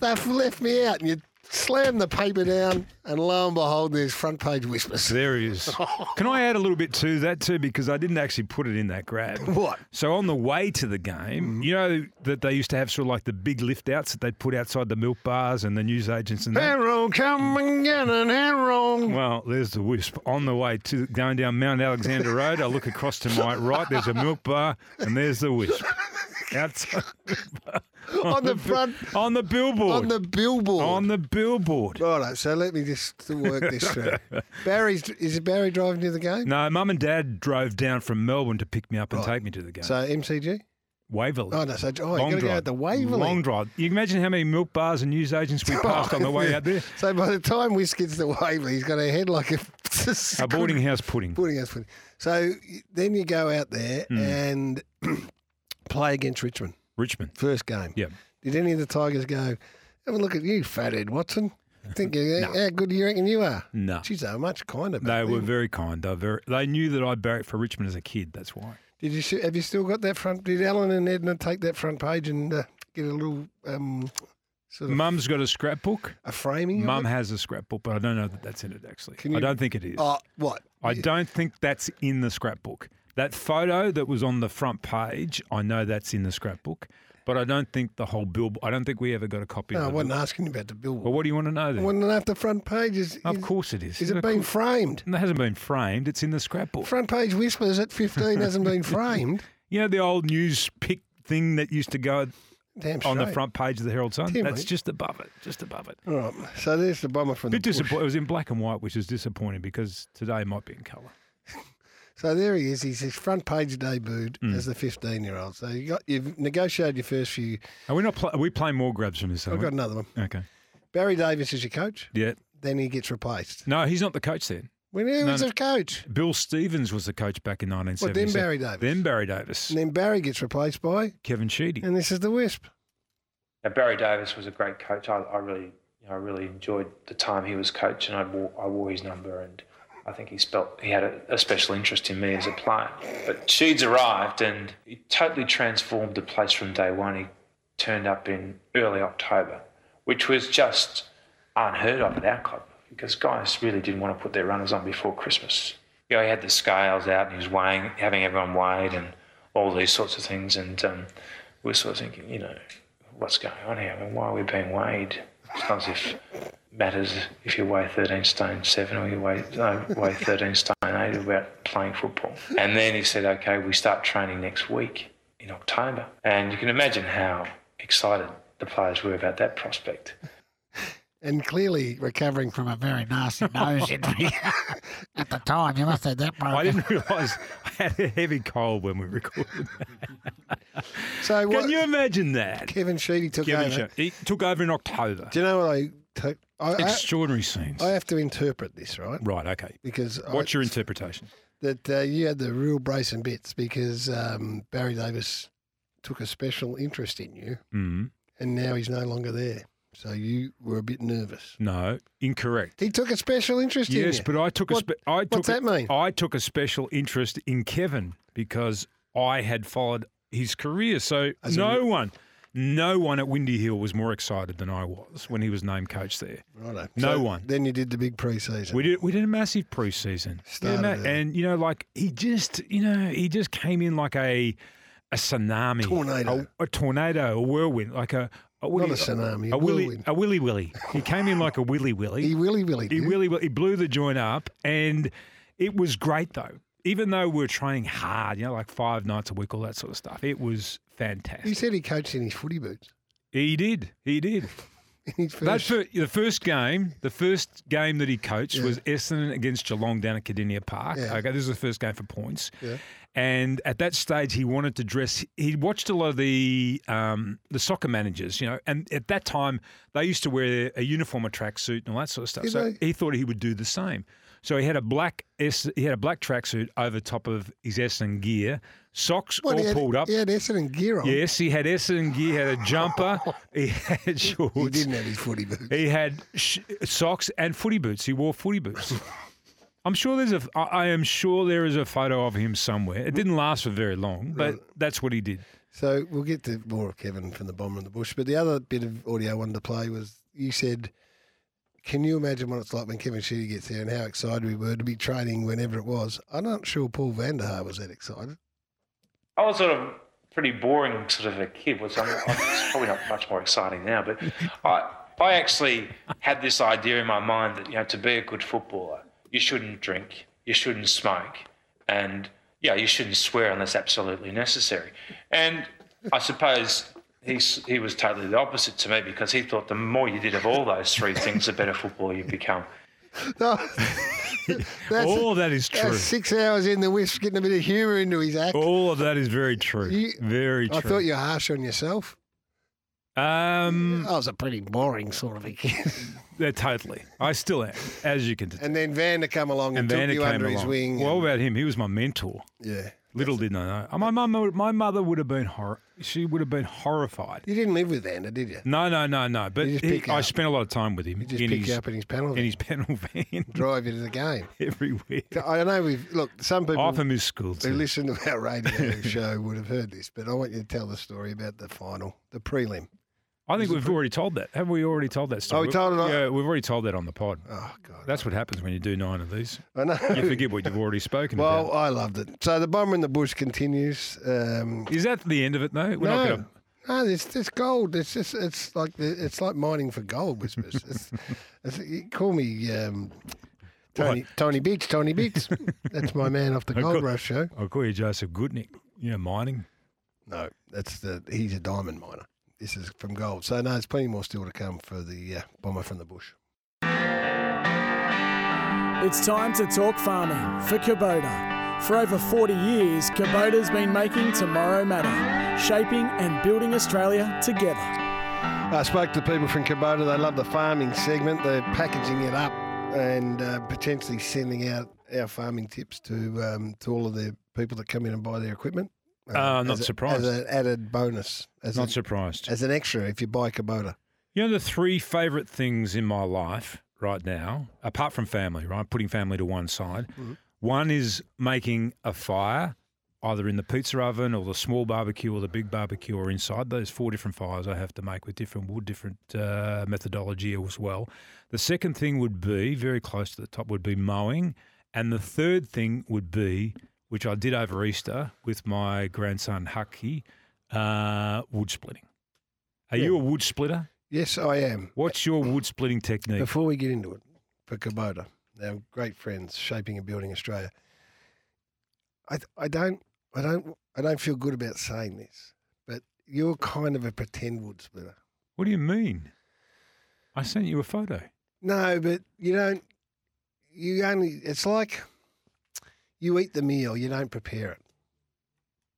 they've left me out. And you slammed the paper down, and lo and behold, there's front page whispers.
There he is. Can I add a little bit to that too? Because I didn't actually put it in that grab.
[LAUGHS] What? Mm-hmm.
So on the way to the game, you know that they used to have sort of like the big lift outs that they'd put outside the milk bars and the newsagents and that.
Arrow, come and get an
[LAUGHS]
arrow.
Well, there's the wisp. On the way to going down Mount Alexander Road, I look across
[LAUGHS]
to my right. There's a milk bar, and there's the wisp. Outside
On the front,
on the billboard.
on the billboard.
on the billboard.
Righto, so let me just work this
[LAUGHS]
through. Barry's is Barry driving to the game?
No, Mum and Dad drove down from Melbourne to pick me up and
Right.
take me to the game.
So MCG?
Waverley.
Oh no, so oh, you
Long
got to
drive.
go out to Waverley.
Long drive. You can imagine how many milk bars and
[LAUGHS]
newsagents we passed on the way out there.
So by the time Whisk gets to Waverley, he's got a head like a, [LAUGHS]
A boarding house pudding.
boarding house. pudding. So y- then you go out there
Hmm.
and [CLEARS THROAT] play against Richmond
Richmond.
first game.
Yeah.
Did any of the Tigers go? Have a look at you, fathead Watson. Think
[LAUGHS]
you, how good do you reckon you are?
No.
Geez, they were much kinder. back
They
then.
were very kind. They, were very, they knew that I barracked for Richmond as a kid. That's why.
Did you sh- have you still got that front? Did Alan and Edna take that front page and uh, get a little um, sort of
Mum's got a scrapbook.
a framing? of
Mum
it?
has a scrapbook, but I don't know that that's in it actually.
Can
I
you-
don't think it is.
Oh, what?
I don't think that's in the scrapbook. That photo that was on the front page, I know that's in the scrapbook, but I don't think the whole billboard. I don't think we ever got a copy.
No, I
of the
wasn't
bill-
asking you about the
Well,
billboard.
what do you want to know
I
then?
wanted to know if the front page is.
of
is-
course it is.
Is
Of
it being
course-
framed?
And that hasn't been framed. It's in the scrapbook.
Front page whispers at 15 hasn't
[LAUGHS]
been framed.
You know the old news pick thing that used to go
Damn
on the
straight.
front page of the Herald Sun?
Tim,
That's
mate.
just above it. Just above it.
All right. So there's the bomber from
Bit
the bush.
disappointing. It was in black and white, which is disappointing because today might be in colour.
So there he is. He's his front page debuted
Hmm.
as the 15 year old. So you got, you've negotiated your first few.
Are we not? Pl- are we playing more grabs from this? are
I've
we?
got another one.
Okay.
Barry Davis is your coach.
Yeah.
Then he gets replaced.
No, he's not the coach then.
When he
No,
was
no.
a coach.
Bill Stevens was the coach back in
Well,
1977.
then Barry Davis.
Then Barry Davis.
And then Barry gets replaced by,
Kevin Sheedy.
and this is the Wisp.
Now, Barry Davis was a great coach. I, I really, you know, I really enjoyed the time he was coach, and I wore, I wore his number, and I think he spelt he had a, a special interest in me as a player. But Sheeds arrived, and he totally transformed the place from day one. He turned up in early October, which was just unheard of at our club because guys really didn't want to put their runners on before Christmas. You know, he had the scales out and he was weighing, having everyone weighed and all these sorts of things. And um, we were sort of thinking, you know, what's going on here? I mean, why are we being weighed? It's not as if it matters if you weigh 13 stone 7 or you weigh, no, weigh 13 stone 8 about playing football. And then he said, okay, we start training next week in October. And you can imagine how excited the players were about that prospect.
and clearly recovering from a very nasty nose injury. [LAUGHS]
At the time, you must have that broken.
I didn't [LAUGHS] realise I had a heavy cold when we recorded.
so what,
Can you imagine that?
Kevin Sheedy took
Kevin
over.
Sheedy. He took over in October.
Do you know what I took? I, I,
Extraordinary scenes.
I have to interpret this right
right, okay.
because
What's
I,
your interpretation?
that uh, you had the real brace and bits because um, Barry Davis took a special interest in you,
Mm,
and now he's no longer there. So you were a bit nervous.
no, incorrect.
He took a special interest in you.
Yes, but I took
What-
a spe- I took
what's
a-
that mean?
I took a special interest in Kevin because I had followed his career. So
As a
no
re-
one, no one at Windy Hill was more excited than I was when he was named coach there.
Righto.
No
So
one.
Then you did the big pre-season.
We did we did a massive preseason,
Started
Yeah, ma-
early.
and you know, like he just you know he just came in like a a tsunami,
Tornado.
a, a tornado, a whirlwind, like a. A willy,
a tsunami, a
willy,
whirlwind.
a willy willy. He came in like a willy willy.
he willy willy.
He really he blew the joint up, and it was great though. Even though we were training hard, you know, like five nights a week, all that sort of stuff, it was
He
fantastic.
said he coached in his footy boots.
He did, he did.
In his
That
first
fir- the first game, the first game that he coached was Essendon against Geelong down at Cadinia Park.
Yeah.
Okay, this is the first game for points,
Yeah.
And at that stage, he wanted to dress. He watched a lot of the um, the soccer managers, you know. And at that time, they used to wear a uniform, a tracksuit, and all that sort of stuff.
Did
so
they?
he thought he would do the same. So he had a black S, he had a black tracksuit over top of his Essendon gear, socks
What,
all
he had,
pulled up.
He had Essendon gear on.
Yes, he had Essendon gear, he had
[LAUGHS]
a jumper, he had shorts.
He didn't have his footy boots.
He had sh- socks and footy boots. He wore
[LAUGHS]
footy boots. I'm sure there's a. I I am sure there is a photo of him somewhere. It didn't last for very long, but that's what he did.
So we'll get to more of Kevin from the Bomber in the Bush. But the other bit of audio I wanted to play was you said, Can you imagine what it's like when Kevin Sheedy gets there and how excited we were to be training whenever it was? I'm not sure Paul Vanderhaar was that excited. [LAUGHS]
I was sort of pretty boring, sort of a kid, which I'm, I'm [LAUGHS] it's probably not much more exciting now. But I, I actually had this idea in my mind that you know, to be a good footballer, you shouldn't drink, you shouldn't smoke, and yeah, you shouldn't swear unless absolutely necessary. And I suppose he s- he was totally the opposite to me because he thought the more you did of all those three things, the better footballer you become.
No,
[LAUGHS]
that's,
All that is true.
that's six hours in the whisk, getting a bit of humour into his act.
All of that is very true.
You-
very true.
I thought you were harsh on yourself.
um,
I was a pretty boring sort of a kid.
yeah, totally. I still am, as you can. detect.
and then Van to come along and,
And
took
Vander
you
came
under his
along.
wing.
Well,
and-
about him, he was my mentor.
yeah.
Little did I know. My mum, my mother would have been hor- She would have been horrified.
You didn't live with Vander, did you?
No, no, no, no. But
You just
he-
pick
I
up.
spent a lot of time with him
He just
in,
picked
his,
you up in his panel.
in his [LAUGHS] panel van
drive you to the
[LAUGHS]
game. [LAUGHS]
everywhere.
I know we've look. Some people
I from his school
who
too.
listen to our
[LAUGHS]
radio show would have heard this, but I want you to tell the story about the final, the prelim.
I think we've already told that. Have we already told that
Oh,
story?
we told it on-
Yeah, we've already told that on the pod.
Oh God,
That's what happens when you do nine of
[LAUGHS]
these.
I know.
You forget what you've already spoken
well,
about.
I loved it. So the bomber in the bush continues. Um,
Is that the end of it though? We're
no,
not gonna
no, it's just gold. It's just it's like the, it's like mining for gold whispers. It's, it's, you call me um, Tony Tony Bits. Tony Bits. That's my man
[LAUGHS]
off the Gold
got-
Rush show.
I'll call you Joseph Goodnick. You know, mining.
No, that's the he's a diamond miner. This is from gold. So no, there's plenty more still to come for the uh, bomber from the bush.
It's time to talk farming for Kubota. For over 40 years, Kubota's been making tomorrow matter, shaping and building Australia together.
I spoke to people from Kubota. They love the farming segment. They're packaging it up and uh, potentially sending out our farming tips to um, to all of the people that come in and buy their equipment. Uh,
I'm not
as a-
surprised.
as an added bonus, as
Not
a-
surprised.
as an extra if you buy Kubota.
You know, the three favourite things in my life right now, apart from family, right? Putting family to one side. One is making a fire, either in the pizza oven or the small barbecue or the big barbecue or inside. Those four different fires I have to make with different wood, different uh, methodology as well. The second thing would be, very close to the top, would be mowing. And the third thing would be, which I did over Easter with my grandson Haki, uh, wood splitting. Are you a wood splitter?
Yes, I am.
What's your wood splitting technique?
Before we get into it, for Kubota, our great friends shaping and building Australia, I, th- I don't, I don't, I don't feel good about saying this, but you're kind of a pretend wood splitter.
What do you mean? I sent you a photo.
No, but you don't. You only. It's like you eat the meal. You don't prepare it.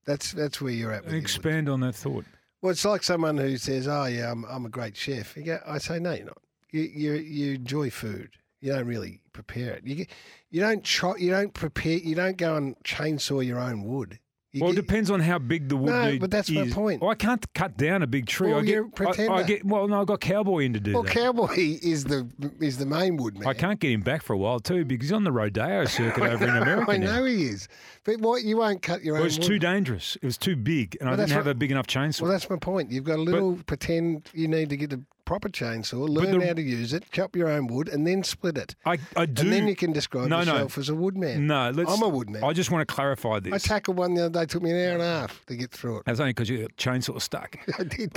That's that's where you're at. With your wood.
Expand on that thought.
Well, it's like someone who says, "Oh yeah, I'm I'm a great chef." You go, I say, "No, you're not. You you you enjoy food. You don't really prepare it. You get- you don't chop. You don't prepare. You don't go and chainsaw your own wood. You
well, it
get-
depends on how big the wood
No,
need
but that's my
is.
point.
Well, I can't cut down a big tree.
Well,
I,
you're a
get, I- I,
pretender.
get. Well, no, I got cowboy in to do
Well,
that.
cowboy [LAUGHS] is the is the main wood man.
I can't get him back for a while too because he's on
[LAUGHS]
the rodeo circuit over in America
I
now.
know he is, but what you won't cut your
Well,
own.
it was
wood.
too dangerous. It was too big, and
Well,
I
that's
didn't have
what-
a big enough chainsaw.
Well, that's my point. You've got a little pretend you need to get the proper chainsaw, learn
the-
how to use it, chop your own wood, and then split it.
I, I do.
and then you can describe
No, no.
yourself as a woodman.
no, let's,
I'm a woodman.
I just Uh, want to clarify
I
this.
tackled one the other day. Took me an hour and a half to get through it. [LAUGHS]
that's [LAUGHS] only because your chainsaw stuck.
I did.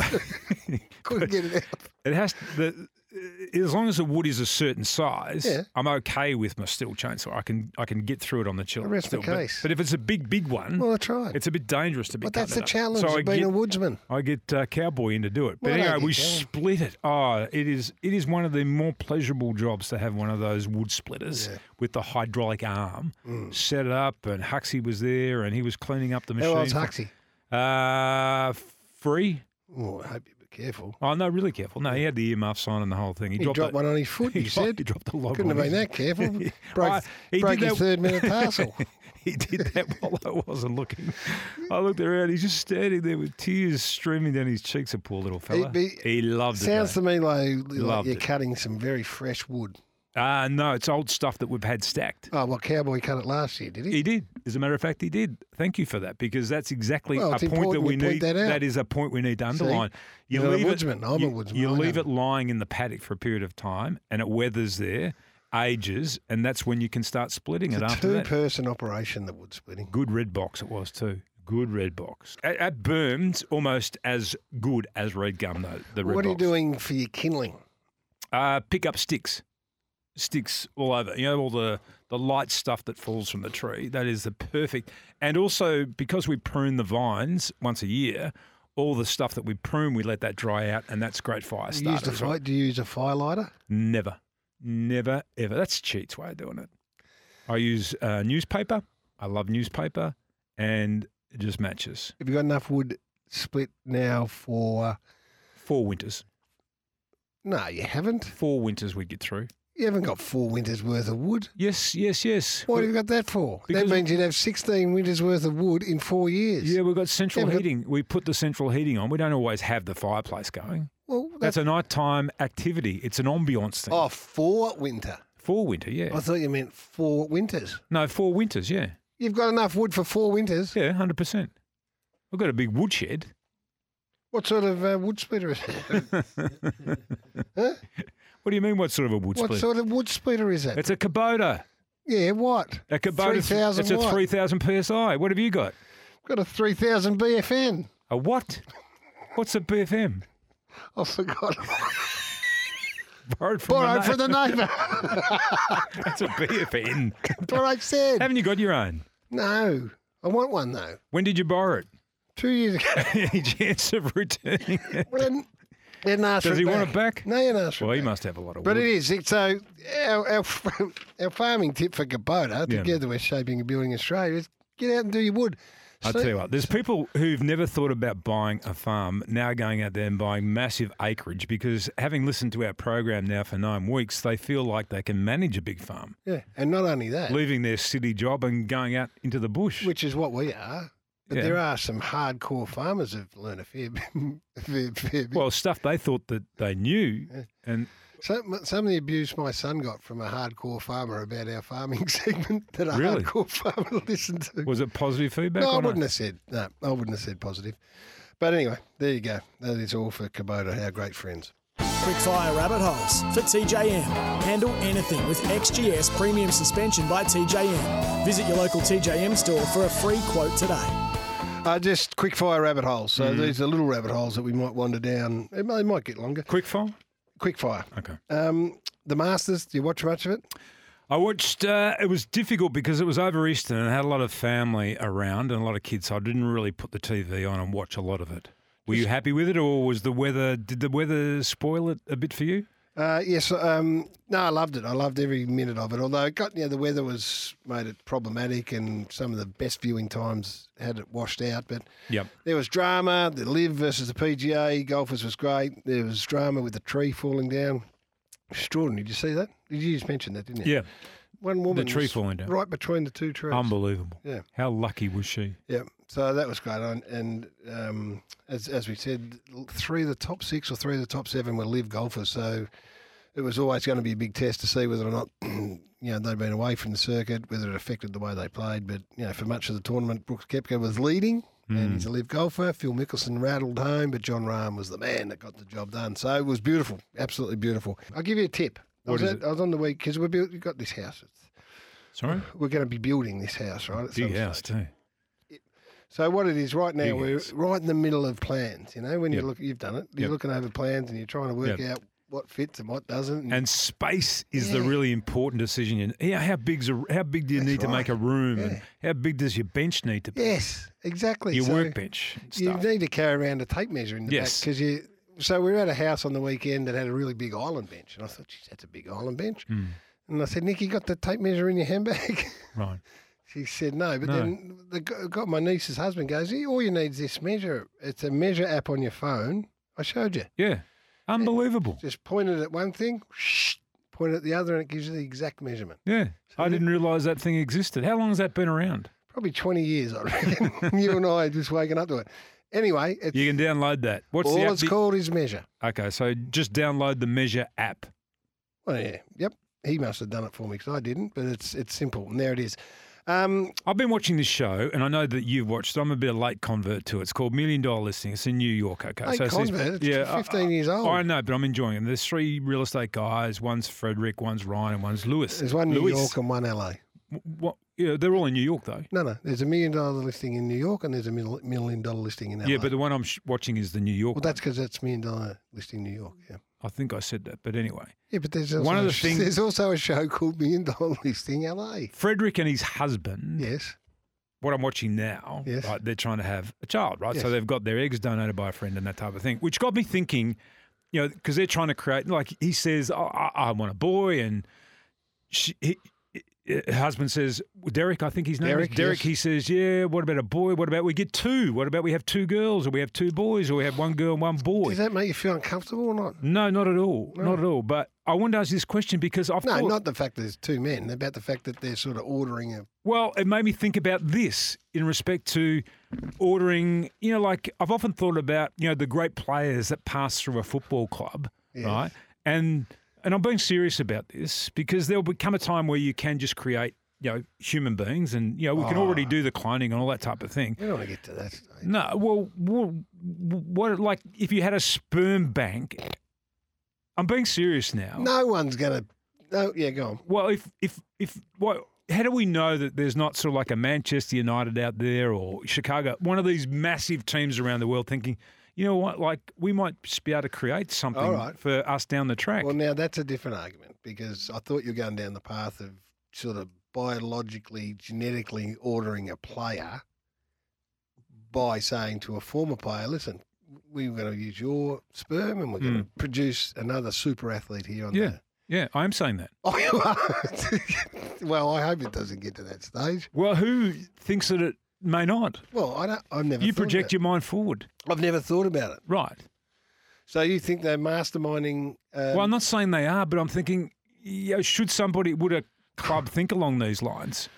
Couldn't get it out.
It has the as long as the wood is a certain size,
Yeah.
I'm okay with my steel chainsaw. I can I can get through it on the chiller.
rest the
still. But-
case.
But, if it's a big big one,
Well, I tried.
it's a bit dangerous to be.
but that's the
cutting it up.
challenge
So I
of being
get,
a woodsman.
I get uh, cowboy in to do it. But
Well,
anyway,
don't you
we
tell 'em.
split it. Oh, it is it is one of the more pleasurable jobs to have one of those wood splitters with the hydraulic arm. Set it up, and Huxley was there, and he was cleaning up the machine.
Mm. How old's Huxley?
Uh, free.
Oh, I hope you be careful.
Oh no, really careful. No, he had the earmuffs on and the whole thing. He,
He dropped,
dropped, it.
one on his foot,
[LAUGHS] He
he,
dropped-
said.
he dropped a log
Couldn't have
on
been
his-
that careful. Broke,
Well, he
broke
did
his
that-
third minute parcel.
[LAUGHS] he did that while I wasn't looking. I looked around. He's just standing there with tears streaming down his cheeks. A poor little fella. He,
be-
loved
Sounds
it.
to me like, like
Loved
you're
it.
cutting some very fresh wood.
though. Uh, no, it's old stuff that we've had stacked.
Oh, well, Cowboy cut it last year, did he?
He did. As a matter of fact, he did. Thank you for that because that's exactly
Well,
a
it's
point that
important
we
you point
need.
that out.
that is a point we need to underline.
You're a woodsman. I'm a
you-
woodsman.
You
I
leave
know.
it lying in the paddock for a period of time, and it weathers there, ages, and that's when you can start splitting it after
Two
that.
person operation, the wood splitting.
Good red box it was too. Good red box. At, at Burns, almost as good as red gum though. The red
What are you
box.
doing for your kindling?
Uh, pick up sticks, sticks all over. You know all the the light stuff that falls from the tree. That is the perfect. And also because we prune the vines once a year, all the stuff that we prune, we let that dry out, and that's great fire
Do you, use
starter.
the
as well.
fi- do you use a fire lighter?
Never, never, ever. That's cheats way of doing it. I use uh, newspaper. I love newspaper, and it just matches.
Have you got enough wood split now for.
Four winters.
No, you haven't.
Four winters we get through.
You haven't got four winters worth of wood.
Yes, yes, yes.
What have you got that for?
Because-
that means you'd have 16 winters worth of wood in four years.
Yeah, we've got central
Yeah, but-
heating. We put the central heating on. We don't always have the fireplace going.
Well,
That's
that's,
a nighttime activity. It's an ambiance thing.
oh, for winter.
Four winter, yeah.
I thought you meant four winters.
no, four winters, yeah.
You've got enough wood for four winters.
Yeah, 100%. We've got a big woodshed.
What sort of uh, wood splitter is that?
What do you mean, what sort of a wood
what
split?
sort of wood splitter is that?
It's a Kubota.
yeah, what?
A Kubota.
3,000
It's a
watt.
3,000 PSI. What have you got?
Got a 3,000 BFN.
A what? What's a BFM?
I forgot.
[LAUGHS] Borrowed from my
Borrowed
na-
from the neighbour.
That's a BFN.
That's what I said.
Haven't you got your own?
No, I want one though.
When did you borrow it?
Two years ago.
Any chance of returning it?
Well, then, didn't ask
Does
for
he
it back.
want it back?
No, you didn't ask for
Well,
it
he
back.
must have a lot of
But
wood.
it is. It's so our, [LAUGHS] our, our farming tip for Kubota,
Yeah.
together with shaping and building Australia, is get out and do your wood.
I
So-
tell you what, there's people who've never thought about buying a farm now going out there and buying massive acreage because having listened to our program now for nine weeks, they feel like they can manage a big farm,
yeah, and not only that,
leaving their city job and going out into the bush.
which is what we are. But
Yeah.
there are some hardcore farmers who've learned a fair bit. [LAUGHS] a fair, fair bit.
Well, stuff they thought that they knew, and
some, some of the abuse my son got from a hardcore farmer about our farming [LAUGHS] segment that a
Really?
hardcore farmer [LAUGHS] listened to.
was it positive feedback?
No,
or
I
not?
wouldn't have said. No, I wouldn't have said positive. But anyway, there you go. That is all for Kubota. Our great friends.
Quickfire rabbit holes for TJM. Handle anything with XGS premium suspension by TJM. Visit your local TJM store for a free quote today.
Uh, just quick fire rabbit holes. So
Mm-hmm.
these are little rabbit holes that we might wander down. It may, they might get longer.
Quick fire.
Quick fire.
Okay.
Um, the Masters. Do you watch much of it?
I watched. Uh, it was difficult because it was over Easter and I had a lot of family around and a lot of kids, so I didn't really put the TV on and watch a lot of it. Were you happy with it, or was the weather? Did the weather spoil it a bit for you?
Uh, yes. Um, no, I loved it. I loved every minute of it. Although it got, you know, the weather was made it problematic, and some of the best viewing times had it washed out. But
Yep.
There was drama. The live versus the PGA golfers was great. There was drama with the tree falling down. Extraordinary. Did you see that? Did you just mention that, didn't you?
Yeah.
One woman.
tree
was
falling down.
Right between the two trees.
Unbelievable.
Yeah.
How lucky was she?
Yeah. So that was great. And, and um, as, as we said, three of the top six or three of the top seven were live golfers. So it was always going to be a big test to see whether or not, [CLEARS THROAT] you know, they'd been away from the circuit, whether it affected the way they played. But, you know, for much of the tournament, Brooks Kepka was leading and he's a
Hmm.
live golfer. Phil Mickelson rattled home, but John Rahm was the man that got the job done. So it was beautiful. Absolutely beautiful. I'll give you a tip. I was,
What is
at- I was on the week because we built, we got this house. It's-
Sorry?
We're going to be building this house, right? at some
Big house,
stage.
too.
So what it is right now,
Big
we're
house.
right in the middle of plans. You know, when
Yep.
you look, you've done it. You're
Yep.
looking over plans and you're trying to work
Yep.
out what fits and what doesn't.
And space is the really important decision. And yeah, how big's a, how big do you need to make a room, and how big does your bench need to be?
yes, exactly.
Your
So
workbench. and
You
Stuff.
need to carry around a tape measure in the
Yes.
back because you. So we were at a house on the weekend that had a really big island bench, and I thought, "Geez, that's a big island bench."
Hmm.
And I said, "Nick, you got the tape measure in your handbag?" [LAUGHS]
right.
She said no, but then the, g- got my niece's husband goes, "Yeah, all you need is this measure. It's a measure app on your phone. I showed you.
Yeah. Unbelievable.
Just point it at one thing, point it at the other, and it gives you the exact measurement.
Yeah. I didn't realise that thing existed. How long has that been around?
Probably 20 years, I
[LAUGHS]
reckon. you and I are just waking up to it. Anyway, it's,
You can download that. What's
all
the app?
it's
that-
called is measure.
Okay, so just download the Measure app.
Well, yeah, yep. He must have done it for me because I didn't, but it's it's simple, and there it is. Um,
I've been watching this show, and I know that you've watched. I'm a bit of a late convert to it. It's called Million Dollar Listing. It's in New York. Okay,
Late
Uh, it's these-
convert? It's 15
I,
years old.
I know, but I'm enjoying it. There's three real estate guys. One's Frederick, one's Ryan, and one's Lewis.
there's one New
Lewis.
York and one LA.
What? Yeah, they're all in New York though.
No, no, there's a million dollar listing in New York, and there's a mil- million dollar listing in LA.
Yeah, but the one I'm sh- watching is the New York.
Well, that's because that's million dollar listing New York. Yeah.
one. I think I said that, but anyway,
Yeah, but there's also
One of
a
the
sh-
things-
there's also a show called Million Dollar Listing LA.
Frederick and his husband.
Yes.
what I'm watching now,
Yes.
right, they're trying to have a child, right? So
Yes.
they've got their eggs donated by a friend and that type of thing, which got me thinking, you know, because they're trying to create, like he says, oh, I, I want a boy. And she, he, her husband says, Derek, I think his name
Derek,
is Derek.
yes.
He says, Yeah, what about a boy? What about we get two? What about we have two girls or we have two boys or we have one girl and one boy?
Does that make you feel uncomfortable or not?
no, not at all. Not at all. But I wanted to ask this question because I've
No,
thought,
not the fact that there's two men, about the fact that they're sort of ordering a.
Well, it made me think about this in respect to ordering, you know, like I've often thought about, you know, the great players that pass through a football club, right? And and I'm being serious about this because there'll become a time where you can just create, you know, human beings and you know, we can already do the cloning and all that type of thing.
We don't want to get to that stage.
No, well, well, what like if you had a sperm bank? I'm being serious now.
No one's going to. No, yeah, go on.
Well, if if if what? How do we know that there's not sort of like a Manchester United out there or Chicago, one of these massive teams around the world, thinking, you know what, like we might just be able to create something
All right.
for us down the track.
Well, now that's a different argument because I thought you were going down the path of sort of biologically, genetically ordering a player by saying to a former player, listen, we we're going to use your sperm and we're going to produce another super athlete here on
Hmm. yeah,
the. [LAUGHS]
yeah, I am saying that.
Oh, you are. [LAUGHS] well, I hope it doesn't get to that stage.
Well, who thinks that it may not?
Well, I don't. I've never.
You
thought
project
about
your mind forward,
it. I've never thought about it.
right?
So you think they're masterminding? Um,
well, I'm not saying they are, but I'm thinking, yeah, should somebody would a club think along these lines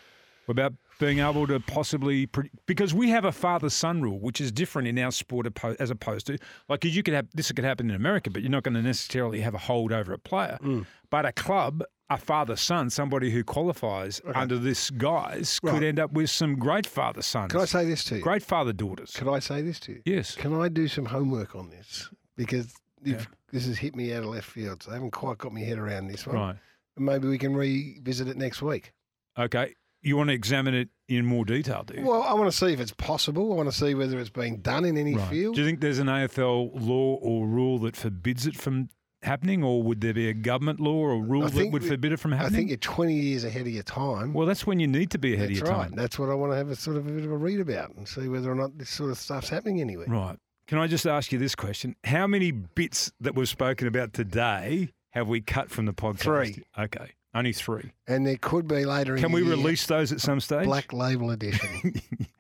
about being able to possibly pr- because we have a father son rule, which is different in our sport oppo- as opposed to like you could have this could happen in America, but you're not going to necessarily have a hold over a player,
Mm.
but a club. A father son, somebody who qualifies under this guise, could
Right.
end up with some great father sons,
Can I say this to you?
great father daughters.
Can I say this to you?
yes.
Can I do some homework on this? Because you've, this has hit me out of left field, so I haven't quite got my head around this one.
Right.
And maybe we can revisit it next week.
Okay. You want to examine it in more detail, do you?
Well, I want to see if it's possible. I want to see whether it's been done in any
Right.
field.
Do you think there's an AFL law or rule that forbids it from happening, or would there be a government law or rule that
think
would
we-
forbid it from
I
happening?
think you're 20 years ahead of your time.
well, that's when you need to be ahead
That's
of your
right.
time.
That's what I want to have a sort of a bit of a read about and see whether or not this sort of stuff's happening anywhere.
Right. Can I just ask you this question? How many bits that we've spoken about today have we cut from the podcast?
Three.
Okay. Only three.
And there could be later in
Can
the
we
year,
release those at some stage?
black label edition?
[LAUGHS]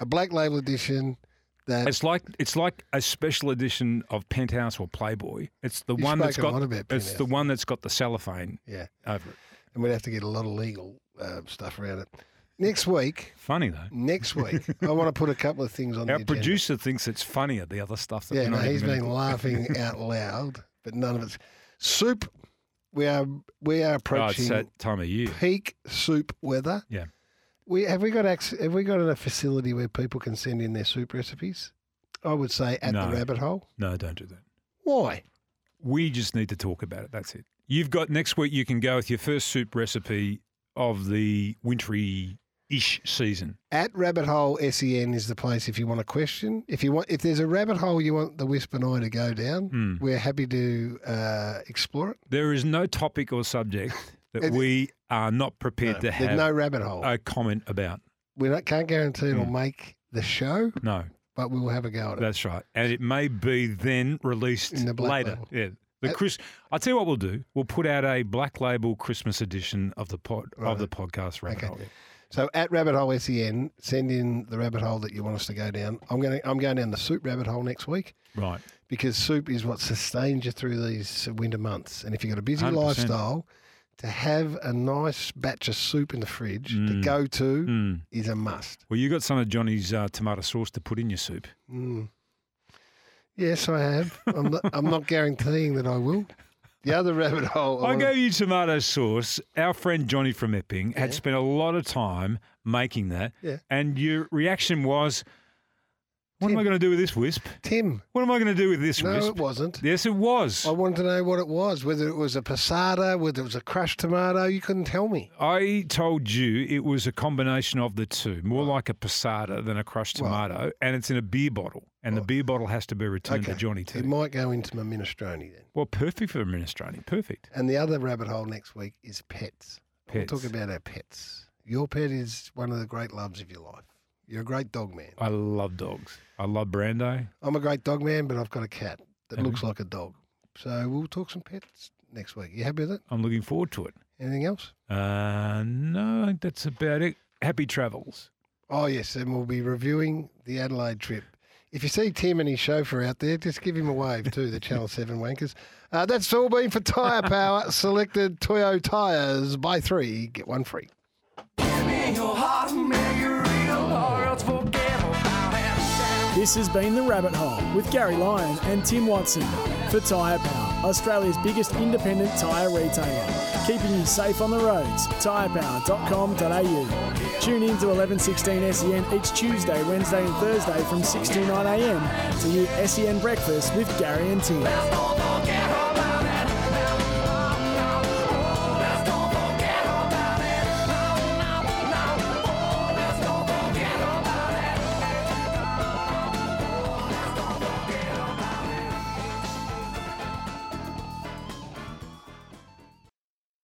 a black label edition that
It's like it's like a special edition of Penthouse or Playboy. It's the
You've
one that's
spoken a
got
lot about
it's the
Penthouse.
one that's got the cellophane
yeah,
over it.
and we'd have to get a lot of legal uh, stuff around it. Next week,
Funny though.
next week, I want to put a couple of things on.
Our
the agenda.
producer thinks it's funnier, the other stuff that
Yeah,
we're
no,
not
he's
even gonna
been
[LAUGHS]
laughing out loud, but none of it's soup. We are we are
Oh, it's
approaching
that time of year.
peak soup weather.
Yeah.
We have we got acc- have we got a facility where people can send in their soup recipes? I would say at
No.
the rabbit hole.
No, don't do that.
Why?
We just need to talk about it. That's it. You've got next week. You can go with your first soup recipe of the wintry ish season.
At Rabbit Hole SEN is the place if you want a question. If you want, if there's a rabbit hole you want the Whisper and I to go down, we're happy to uh, explore it.
There is no topic
[LAUGHS]
or subject that
And-
we are not prepared to
There's
have Oh.
no rabbit hole.
a comment about.
we don't, can't guarantee it'll make the show,
No,
but we will have a go at it.
that's right. And it may be then released
In the black
later.
label.
Yeah. The Chris, I'll tell you what we'll do. We'll put out a black label Christmas edition of the pod of the podcast rabbit
Okay.
hole.
So at Rabbit Hole SEN, send in the rabbit hole that you want us to go down. I'm going. I'm going down the soup rabbit hole next week
Right.
because soup is what sustains you through these winter months. And if you've got a busy
100%.
lifestyle, to have a nice batch of soup in the fridge to go to is a must.
Well, you got some of Johnny's uh, tomato sauce to put in your soup.
Yes, I have. I'm not, I'm not guaranteeing that I will. The other rabbit hole. I
I
wanna-
gave you tomato sauce. Our friend Johnny from Epping had spent a lot of time making that.
Yeah.
And your reaction was, What am I going to do with this wisp?
Tim.
What am I going to do with this
No,
wisp?
it wasn't. Oh.
Yes, it was.
I wanted to know what it was, whether it was a passata, whether it was a crushed tomato. You couldn't tell me.
I told you it was a combination of the two, more like a passata than a crushed tomato, and it's in a beer bottle, and the beer bottle has to be returned to Johnny
It
too.
might go into my minestrone then.
Well, perfect for a minestrone, perfect.
And the other rabbit hole next week is pets. We'll talk
Pets.
about our pets. Your pet is one of the great loves of your life. You're a great dog man.
I love dogs. I love Brando.
I'm a great dog man, but I've got a cat that
Mm-hmm.
looks like a dog. So we'll talk some pets next week. You happy with it?
I'm looking forward to it.
Anything else?
Uh, no, I think that's about it. Happy travels.
Oh yes, and we'll be reviewing the Adelaide trip. If you see Tim and his chauffeur out there, just give him a wave too, the Channel 7 wankers. Uh, that's all been for Tyre Power. Selected Toyo tyres. Buy three, get one free.
This has been The Rabbit Hole with Gary Lyon and Tim Watson for Tyre Power, Australia's biggest independent tyre retailer. Keeping you safe on the roads, tyrepower.com.au. Tune in to 1116 SEN E each Tuesday, E Wednesday, and Thursday from 6 to 9 a.m. to hear SEN Breakfast with Gary and Tim.